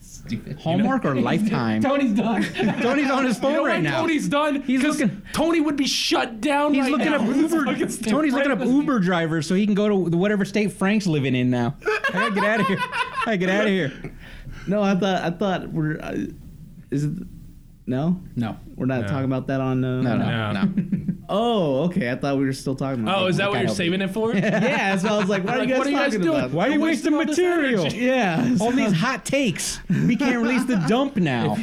Stupid.
Hallmark or Lifetime?
Tony's done.
Tony's on his phone
You know
right
what?
now.
Tony's done.
He's
'cause
looking-
Tony would be shut down.
He's
right
looking
now.
up Uber.
Fucking stand
Tony's
right
looking up
with me.
Uber drivers so he can go to whatever state Frank's living in now. I gotta get out of here. I gotta get out of here.
No, I thought I thought we're uh, is it no
No.
we're not
No.
talking about that on uh,
No,
Yeah.
no, no.
oh okay I thought we were still talking about
Oh, is that what
Kind
you're
of-
saving it for?
yeah so I was like why are you
Like,
guys
what are you guys
talking
doing?
about
Why are you
wasting
wasting
all this
material?
energy.
yeah
All these hot takes. We can't release the dump now.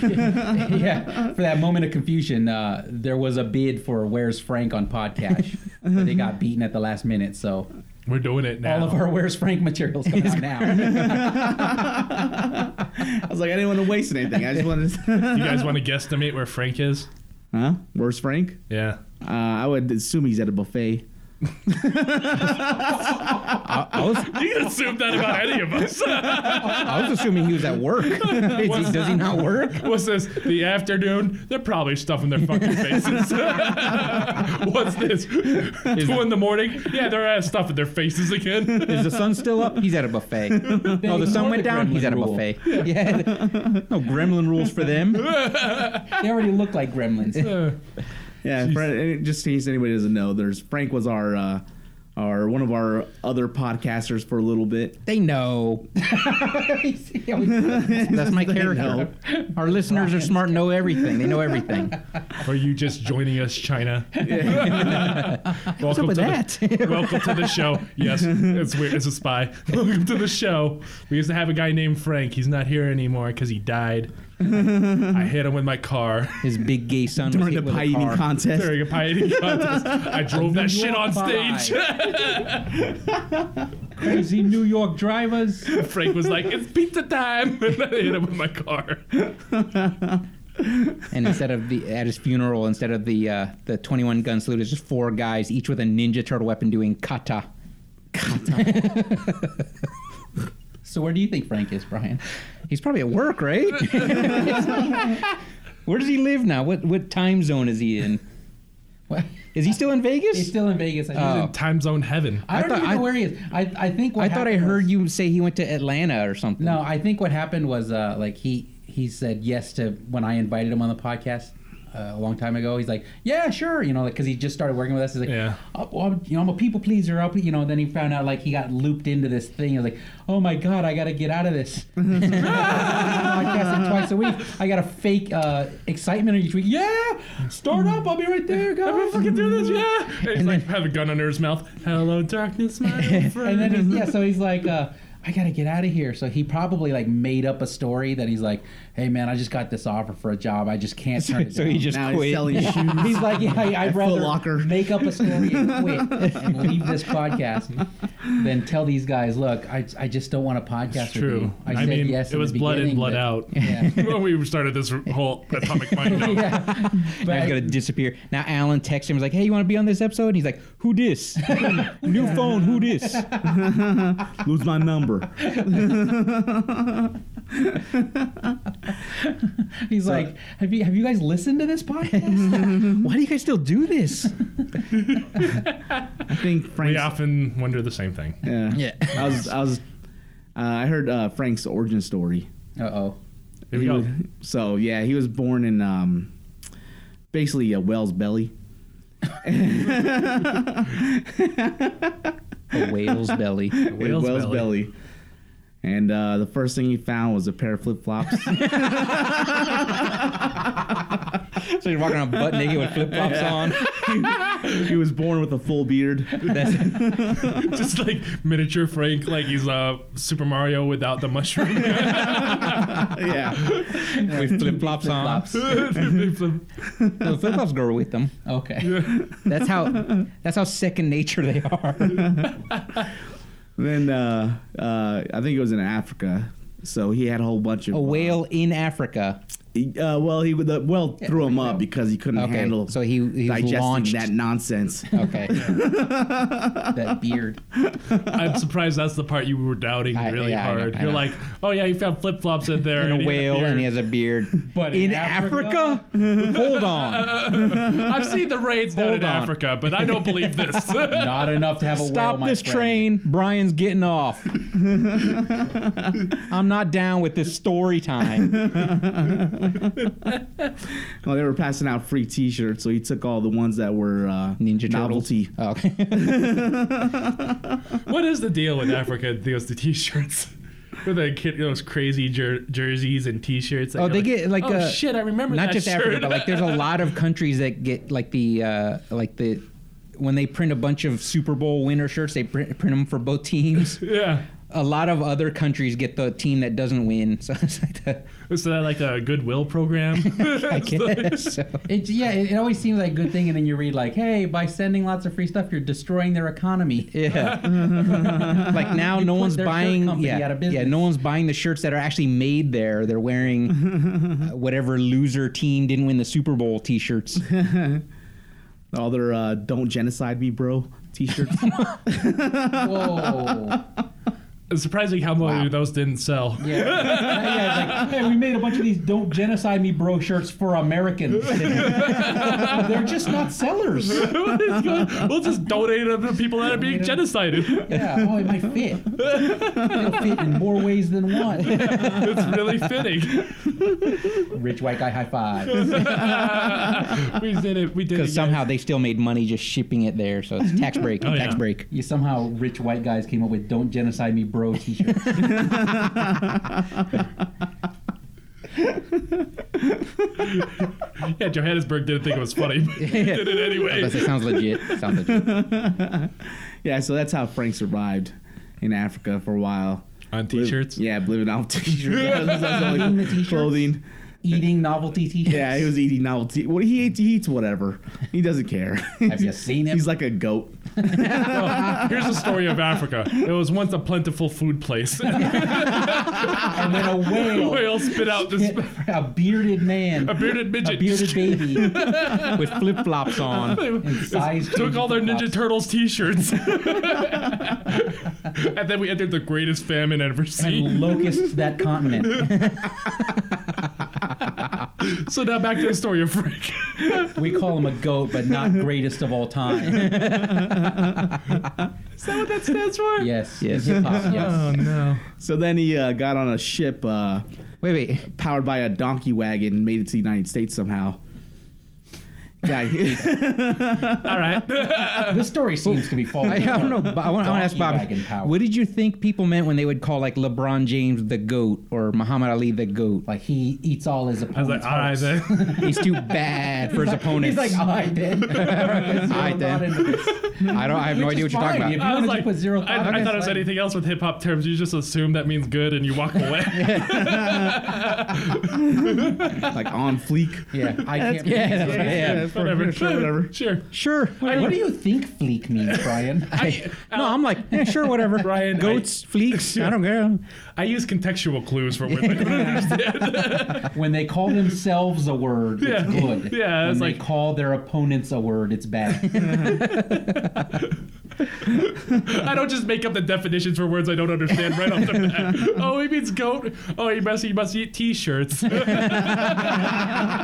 yeah, for that moment of confusion, uh, there was a bid for "Where's Frank" on podcast, but they got beaten at the last minute. So
We're doing it now.
all of our "Where's Frank" materials coming out now.
I was like I didn't want to waste anything I just wanted to
you guys want to guesstimate where Frank is?
huh where's Frank
Yeah.
uh, I would assume he's at a buffet
I was,
You can assume that about any of us.
I was assuming he was at work. Is he- does he not work?
What's this? The afternoon? They're probably stuffing their fucking faces. What's this? Two in the morning? Yeah, they're uh, stuffing their faces again.
Is the sun still up? He's at a buffet. No, Oh, the sun
ignore
went
the
down. He's
gremlin
at a
rule.
buffet. Yeah. No gremlin rules for them.
they already look like gremlins.
Uh,
yeah Fra- and just in case anybody doesn't know there's Frank was our uh, our one of our other podcasters for a little bit
They know.
He always-
That's my
know.
character. Our listeners are smart. Know everything. They know everything.
are you just joining us, China? welcome
What's up with
to
that?
The, welcome to the show. Yes, it's weird. It's a spy. Welcome to the show. We used to have a guy named Frank. He's not here anymore because he died. I hit him with my car.
His big gay son was
during
hit
the
with
pie
a
eating
car.
contest
During a pie eating contest, I drove that shit on
pie.
stage.
Crazy New York drivers.
Frank was like, "It's pizza time," and I hit him with my car.
And instead of the at his funeral, instead of the uh, the twenty one gun salute, it's just four guys, each with a ninja turtle weapon, doing kata.
So where do you think Frank is, Brian?
He's probably at work, right? Where does he live now? What what time zone is he in?
What?
Is he still in Vegas?
He's still in Vegas. I, think.
Oh.
Time zone heaven.
I don't
I thought-
even know
I-
where he is. I, I think what
I thought I
happened
heard
was-
you say he went to Atlanta or something.
No, I think what happened was uh, like he he said yes to when I invited him on the podcast uh, a long time ago. He's like, yeah, sure, you know, like because he just started working with us. He's like,
Yeah.
"Oh, well, I'm, you know, I'm a people pleaser. I'll, put-" you know. Then he found out like he got looped into this thing. He was like, oh my god, I got to get out of this. podcast it twice a week. I got to fake uh, excitement each week. Yeah, start up. I'll be right there, guys.
Everyone fucking do this, yeah. And he's like, have a gun under his mouth. Hello, darkness, my old
and
friend.
then he's, yeah, so he's like, uh, I gotta get out of here. So he probably like made up a story that he's like, Hey man, I just got this offer for a job. I just can't turn it
so
down.
he just
now he's
quit.
selling shoes.
He's like, yeah, I- I'd
At Foot
rather
Locker.
make up a story and quit and leave this podcast than tell these guys, look, I, I just don't want a podcast.
It's
with
true.
you.
I,
said
mean,
yes.
it
in
was
the
blood in,
beginning,
blood
but-
out.
Yeah.
when we started this whole atomic mind. dump.
yeah, but
Now he's gonna disappear. Now Alan texts him. He's like, "Hey, you want to be on this episode?" And he's like, "Who dis? New phone? Who dis?"
Lose my number.
he's like, have you have you guys listened to this podcast?
Why do you guys still do this?
I think
We
Frank's.
often wonder the same thing.
Yeah.
Yeah.
I was. I was. Uh, I heard uh, Frank's origin story.
uh oh.
Here we
He
go.
was- so yeah, he was born in um, basically a whale's belly.
A whale's belly.
A
Whale's belly.
And uh, the first thing he found was a pair of flip flops.
So you're walking around butt naked with flip flops on.
he was born with a full beard.
That's,
Just like miniature Frank, like he's uh, Super Mario without the mushroom.
yeah.
with flip flops on. No, flip flops grow with them.
Okay.
That's how. That's how second nature they are.
Then uh, uh, I think it was in Africa. So he had a whole bunch of uh,
A whale in Africa.
He- Uh, well, he the well threw him up because he couldn't
Okay,
handle.
so he- he was
digesting
launched.
that nonsense.
Okay.
that beard.
I'm surprised that's the part you were doubting
I-
really
yeah, I know,
hard.
I
You're
know.
like, oh yeah, he found flip flops in there.
And a
he had
whale, and he has a beard.
But
in
in Africa?
Africa? Hold on.
beard. I've seen the raids down
Hold
in
on.
Africa, but I don't believe this.
Not enough to have a whale,
Stop
my
this train.
friend.
Brian's getting off. I'm not down with this story time.
Well, they were passing out free T-shirts, so he took all the ones that were uh,
Ninja
novelty.
Turtles. Oh, Okay.
what is the deal with Africa? Those the t-shirts. With the kid, those crazy jer- jerseys and T-shirts. that
Oh,
you're
they get, like,
oh
uh,
shit! I remember
not
that
just
shirt.
Africa, but like there's a lot of countries that get like the uh, like the when they print a bunch of Super Bowl winner shirts, they print, print them for both teams.
yeah.
A lot of other countries get the team that doesn't win. So it's like the,
Is that like a goodwill program?
I guess. So,
It, yeah, it, it always seems like a good thing, and then you read like, "Hey, by sending lots of free stuff, you're destroying their economy."
yeah. like now
You
no
put
one's
their shirt
buying
company
yeah,
out of
yeah,
business.
no one's buying the shirts that are actually made there. They're wearing uh, whatever loser team didn't win the Super Bowl t-shirts.
All their uh, "Don't genocide me, bro" T-shirts.
Whoa!
It's surprising how many of those didn't sell.
Yeah, yeah it's like, hey, we made a bunch of these "Don't Genocide Me, Bro" shirts for Americans. They're just not sellers.
What is going- we'll just donate them to people that are being genocided.
Yeah, oh, it might fit. It'll fit in more ways than one.
It's really fitting.
Rich white guy high five.
we did it. We did it.
Because
guys.
somehow they still made money just shipping it there. So it's tax break,
Oh,
tax
yeah.
break.
You somehow rich white guys came up with "Don't Genocide Me, Bro" t-shirts.
yeah, Johannesburg didn't think it was funny. But they did it anyway.
Plus, it sounds legit. Sounds legit.
yeah, so that's how Frank survived in Africa for a while.
On T-shirts.
Yeah, living off T-shirts. That's all he- clothing.
eating novelty t-shirts.
Yeah, he was eating novelty. What he eats, he eats whatever. He doesn't care.
Have you seen him?
He's like a goat.
Well, here's a story of Africa. It was once a plentiful food place.
and then a whale,
Whale spit out this
a bearded man,
a bearded midget.
a bearded baby,
with flip flops on.
size
took all their Ninja
flip-flops.
Turtles T-shirts, and then we entered the greatest famine ever
and
seen.
locusts that continent.
So now back to the story of Frank.
We call him a goat, but not greatest of all time.
Is that what that stands for?
Yes,
Yes.
hip hop. Yes.
no.
So then he uh, got on a ship uh,
Wait, wait.
powered by a donkey wagon and made it to the United States somehow. Yeah, he-
All right.
this story seems to be falling.
I don't know. But I want to ask
Donkey
Bob.
wagon power.
What did you think people meant when they would call like LeBron James the goat or Muhammad Ali the goat?
Like he eats all his
I was
opponents.
like, all right
hearts.
then.
He's too bad for his opponents.
He's like, I did. I
did. I don't. I have no idea what you're talking about.
I
I was like,
put zero
I, I thought it was anything else with hip hop terms. You just assume that means good, and you walk away.
like on fleek.
Yeah, I can't.
Yeah, that's
believe-
what- yeah.
for- Sure, whatever.
Sure.
Sure.
What do you think fleek means, Brian?
I,
uh,
No, I'm like, yeah, sure, whatever.
Brian, I-
goats, fleeks, I don't care.
I use contextual clues for words. I couldn't understand.
when they call themselves a word,
Yeah.
it's good.
Yeah,
when
it's
they
like-
call their opponents a word, it's bad.
I don't just make up the definitions for words I don't understand right off the bat. Oh, he means goat. Oh, he must he must eat t-shirts.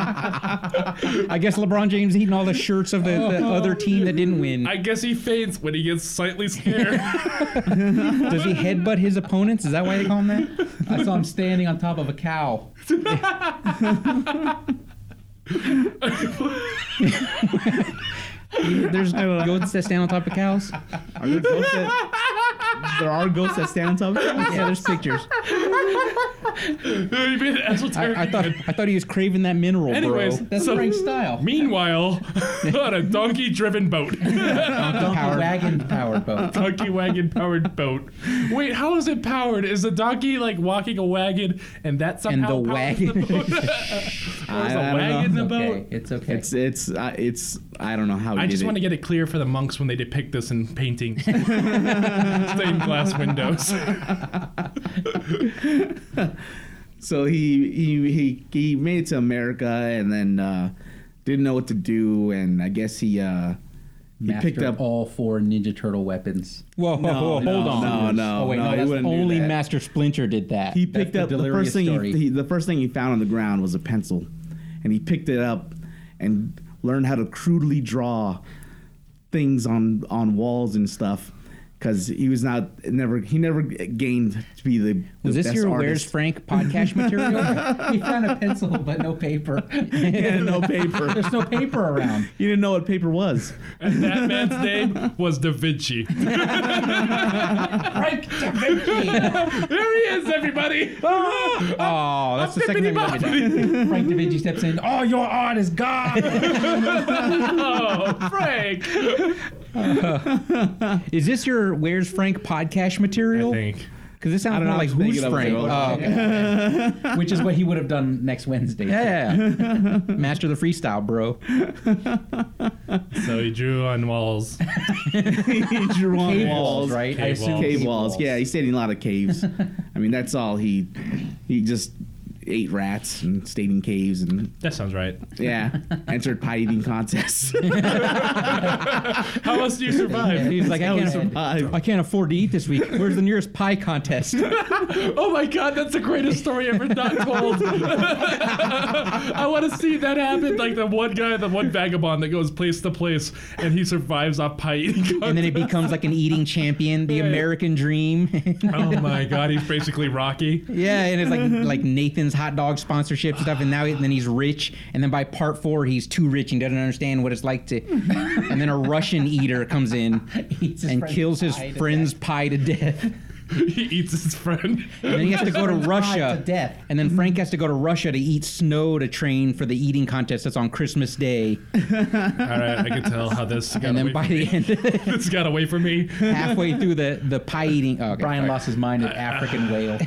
I guess LeBron James eating all the shirts of the, the
Oh.
other team that didn't win.
I guess he faints when he gets slightly scared.
Does he headbutt his opponents? Is that why they call him that?
I saw him standing on top of a cow.
There's goats that stand on top of cows.
Are there goats that there are goats that stand on top of it?
Yeah, there's pictures.
He made an esoteric-
I, I thought I thought he was craving that mineral,
Anyways,
bro.
That's
so
Frank's style.
meanwhile, on a donkey-driven boat,
Donkey wagon powered boat.
donkey wagon-powered boat. Wait, how is it powered? Is the donkey like walking a wagon, and that somehow powers
the wagon-
the boat? There's a
I don't
wagon in
know.
the
Okay,
boat.
it's okay.
It's it's uh, it's I don't know how. He
I
did
just
it.
want to get it clear for the monks when they depict this in paintings, stained glass windows.
so he he he he made it to America and then uh, didn't know what to do and I guess he uh, he
Mastered
picked up.
all four Ninja Turtle weapons.
Whoa, whoa, whoa, hold
no,
on.
No, no,
Oh, wait, no,
he
that's
wouldn't do
Only
that.
Master Splinter did that.
He picked
the
up the,
delirious
first thing
story.
he, he the first thing he found on the ground was a pencil, and he picked it up and learned how to crudely draw things on on walls and stuff. Because he was not never he never gained to be the, the
was this
best
your Where's
artist.
Frank podcast material?
he found a pencil, but no paper.
he didn't know paper.
There's no paper around.
He didn't know what paper was.
And that man's name was Da Vinci.
Frank Da Vinci.
There he is, everybody.
oh, that's the second time you ever did
Frank Da Vinci steps in. Oh, your art is God.
Oh, Frank.
that. Is this your Where's Frank podcast material? Because this sounds
don't
more
know,
like
I'm thinking
Who's
of it.
Frank? Oh, okay.
Which is what he would have done next Wednesday.
Yeah. Master the freestyle, bro.
So he drew on walls.
he drew on walls,
Cave walls, right?
Cave walls.
Cave walls. Yeah, he stayed in a lot of caves. I mean, that's all he he just ate rats and stayed in caves and
That sounds right.
yeah, entered pie eating contests.
How else do you survive?
He's like, I can't,
survive.
I can't afford to eat this week. Where's the nearest pie contest?
Oh my god, that's the greatest story ever not told. I want to see that happen. Like the one guy, the one vagabond that goes place to place and he survives off pie eating.
And then it becomes like an eating champion, the
Yeah.
American dream.
oh my god, he's basically Rocky.
yeah, and it's like like Nathan's hot dog sponsorship stuff, and now he, and then he's rich, and then by part four he's too rich and doesn't understand what it's like to. And then a Russian eater comes in
Eats his
and
friend's
kills his
pie to
friend's pie to death.
he eats his friend.
And then he has to go to Russia.
to death. Mm-hmm.
And then Frank has to go to Russia to eat snow to train for the eating contest that's on Christmas Day.
All right, I can tell how this got
And then
away
by
from me.
the end,
this got away from me.
halfway through the, the pie eating. Oh, okay,
Brian
sorry.
lost his mind at African whale.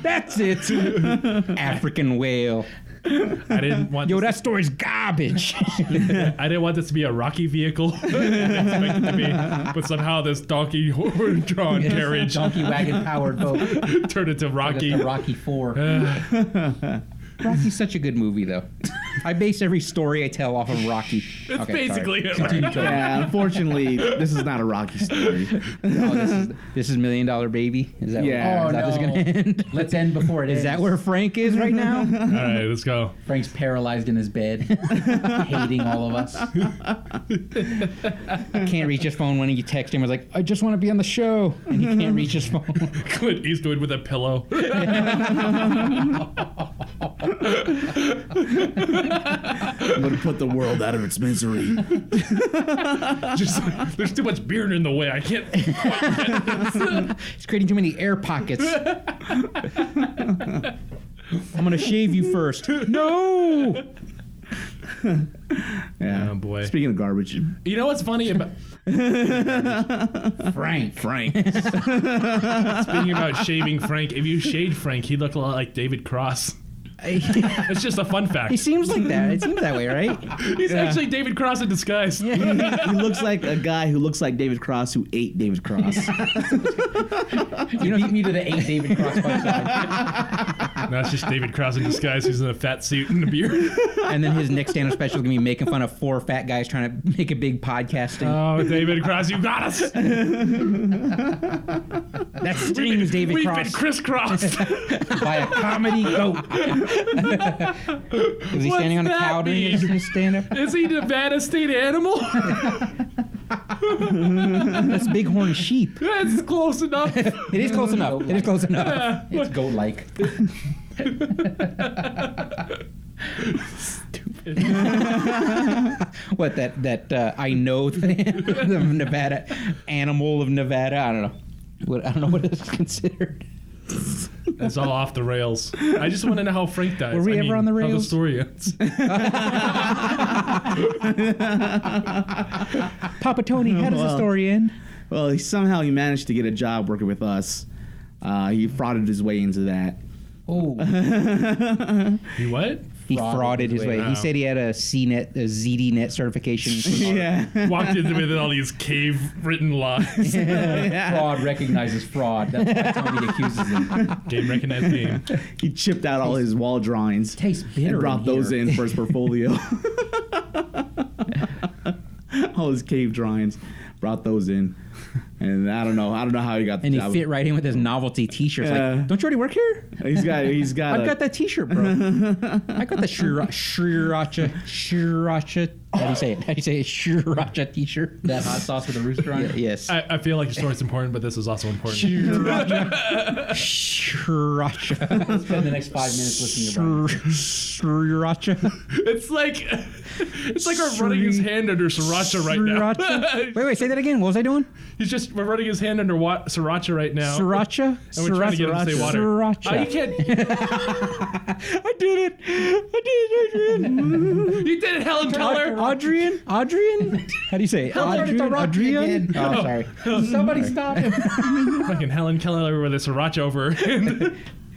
That's it. African whale.
I didn't want.
Yo,
this,
that story's garbage.
I didn't want this to be a rocky vehicle. I didn't expect it to be, but somehow this donkey-drawn carriage
Donkey wagon powered boat.
turned into
That's
Rocky.
the Rocky Four.
Rocky's such a good movie, though. I base every story I tell off of Rocky.
It's
Okay,
basically it.
yeah, unfortunately, this is not a Rocky story.
sorry. Oh, this, is, this is Million Dollar Baby. Is that
Yeah.
where, is
Oh,
that this
no.
gonna end?
Let's end before it
Is that where Frank is right now?
All right, let's go.
Frank's paralyzed in his bed, hating all of us.
I can't reach his phone when you text him. I was like, I just want to be on the show, and he can't reach his phone.
Clint Eastwood with a pillow.
I'm gonna put the world out of its misery.
Just there's too much beer in the way. I can't.
He's creating too many air pockets. I'm gonna shave you first. No.
Yeah.
Oh, boy.
Speaking of garbage,
You know what's funny about
Frank.
Frank.
speaking about shaving Frank? If you shade Frank, he looked a lot like David Cross. It's just a fun fact.
he
He's,
seems like that. It seems that way, right?
actually David Cross in disguise.
he looks like a guy who looks like David Cross who ate David Cross.
You beat me to the eight David Cross punch line.
No, it's just David Cross in disguise. He's in a fat suit and a beard.
And then his next stand-up special is gonna be making fun of four fat guys trying to make a big podcasting.
Oh, David Cross, you got us.
that stings, David
We've been
Cross.
crisscrossed.
by a comedy goat.
Was he
What's
standing on a
that
cow during his-
mean?
his stand-up?
Is he Nevada State Animal?
That's bighorn sheep.
That's close enough.
It is close enough. It is close enough.
It's goat-like.
What that that uh, I know the, the Nevada animal of Nevada. I don't know. What I don't know what it's considered.
It's all off the rails. I just want to know how Frank dies.
Were we
I
ever
mean,
on the
How the
rails?
story ends.
Papa Tony, how does the story end?
well, he, somehow he managed to get a job working with us. Uh, he frauded his way into that.
Oh,
You what?
He frauded his way. He
out.
said he had a CNET, a ZDNet certification.
Yeah.
Walked into with all these cave written lies.
fraud recognizes fraud. That's why Tommy accuses him.
Game recognized game.
he chipped out all his wall drawings
Tastes bitter.
and brought those in for his portfolio. all his cave drawings, brought those in. And I don't know. I don't know how he got the
And he
job.
fit right in with his novelty T-shirts.
Yeah.
Like, don't you already work here?
He's got. He's got.
I've
a-
got that T-shirt, bro. I got the shira- Sriracha, Sriracha. How do you say it? How do you say it? Sriracha T-shirt.
That hot sauce with a rooster on it.
Yes.
I, I feel like the story's important, but this is also important.
Sriracha. Sriracha.
Spend the next five minutes listening to Brian.
Sriracha.
It's like it's like we're running his hand under sriracha right now.
Sriracha. Wait, wait, say that again. What was I doing?
He's just we're running his hand under wa- sriracha right now.
Sriracha.
And we're trying to get him to say water.
Sriracha.
Oh, you can't.
I did it. I did it, Adrian.
You did it, Helen Keller.
Adrian? Adrian? How do you say it? Adrian? Adrian? Oh, sorry.
Somebody stop him.
Fucking Helen Keller with a sriracha over. her hand.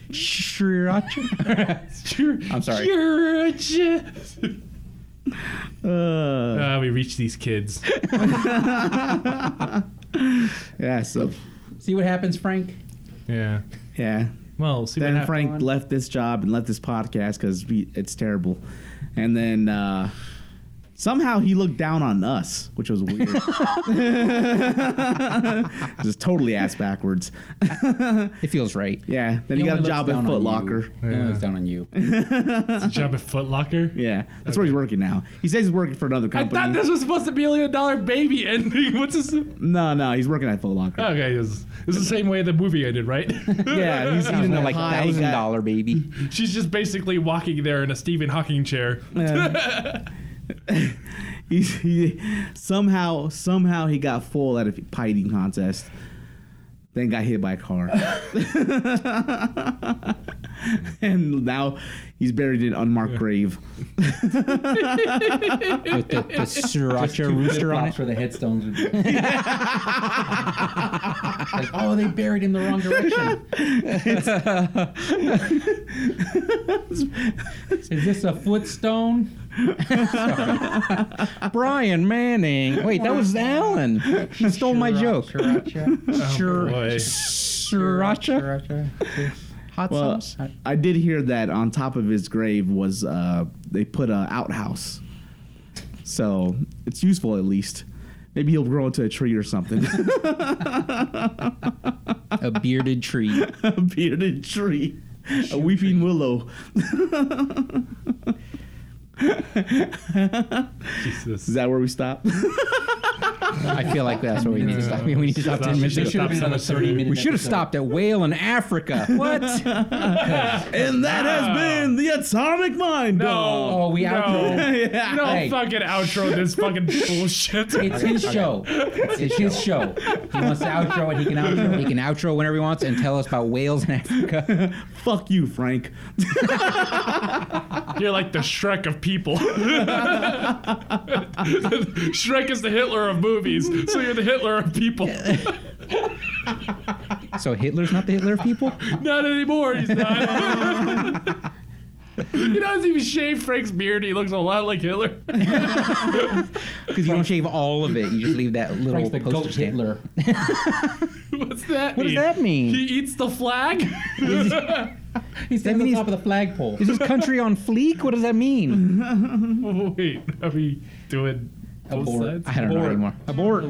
Sriracha.
I'm
sorry.
Sriracha.
Uh,
Ah, we reached these kids.
yeah. So
See what happens, Frank?
Yeah.
yeah.
Well, see what
Then
happens.
Frank left this job and left this podcast because it's terrible. And then uh, somehow he looked down on us, which was weird. Just totally ass backwards.
It feels right.
Yeah. Then he, got a
only
job
looks
at
down on
Foot
you.
Locker.
He only looks down on you.
job at Foot Locker.
Yeah. That's where he's working now. He says he's working for another
I
company.
thought this was supposed to be a million dollar baby ending. What's this?
no, no, he's working at Foot Locker.
Okay, it's, it's the same way the movie ended, right?
yeah, he's, he's in the
Like
high,
thousand
guy.
dollar baby.
She's just basically walking there in a Stephen Hawking chair.
He's, he somehow somehow he got full at a pie eating contest. then got hit by a car. and now he's buried in an unmarked grave.
with the, the sriracha rooster on
Props
it.
for the headstones would be. like, oh, they buried in the wrong direction. Is this a footstone?
Brian Manning. Wait, that was Alan. He stole my joke.
Sriracha. Oh,
Sure.
Boy.
Sriracha.
Sriracha.
Hot
Well,
sauce.
I did hear that on top of his grave was uh, they put a outhouse, so it's useful at least. Maybe he'll grow into a tree or something.
A bearded tree.
a bearded tree, a weeping willow. Is
Jesus.
that where we stop?
I feel like that's what we need to stop. We need to stop 10 minutes
It
It
ago.
should have been on a 30 minute
We should have stopped at Whale in Africa. What?
and that has been the Atomic Mind.
No.
Oh, we
no.
outro.
Yeah.
No
Hey.
fucking outro this fucking bullshit.
It's his show. It's his show. He wants to outro it. He can outro
He
it.
can outro whenever he wants and tell us about whales in Africa.
Fuck you, Frank.
You're like the Shrek of people. Shrek is the Hitler of movies, so you're the Hitler of people.
So Hitler's not the Hitler of people?
Not anymore, he's not. He doesn't even shave Frank's beard. He looks a lot like Hitler.
Because you don't shave all of it. You just leave that little
Frank's the
poster
goat
stamp.
Hitler.
What's that?
What does
mean?
that mean?
He eats the flag.
He stands on
means-
top of the flagpole.
Is this country on fleek? What does that mean?
Wait, are we doing both
Abort.
sides?
I don't know anymore. Abort.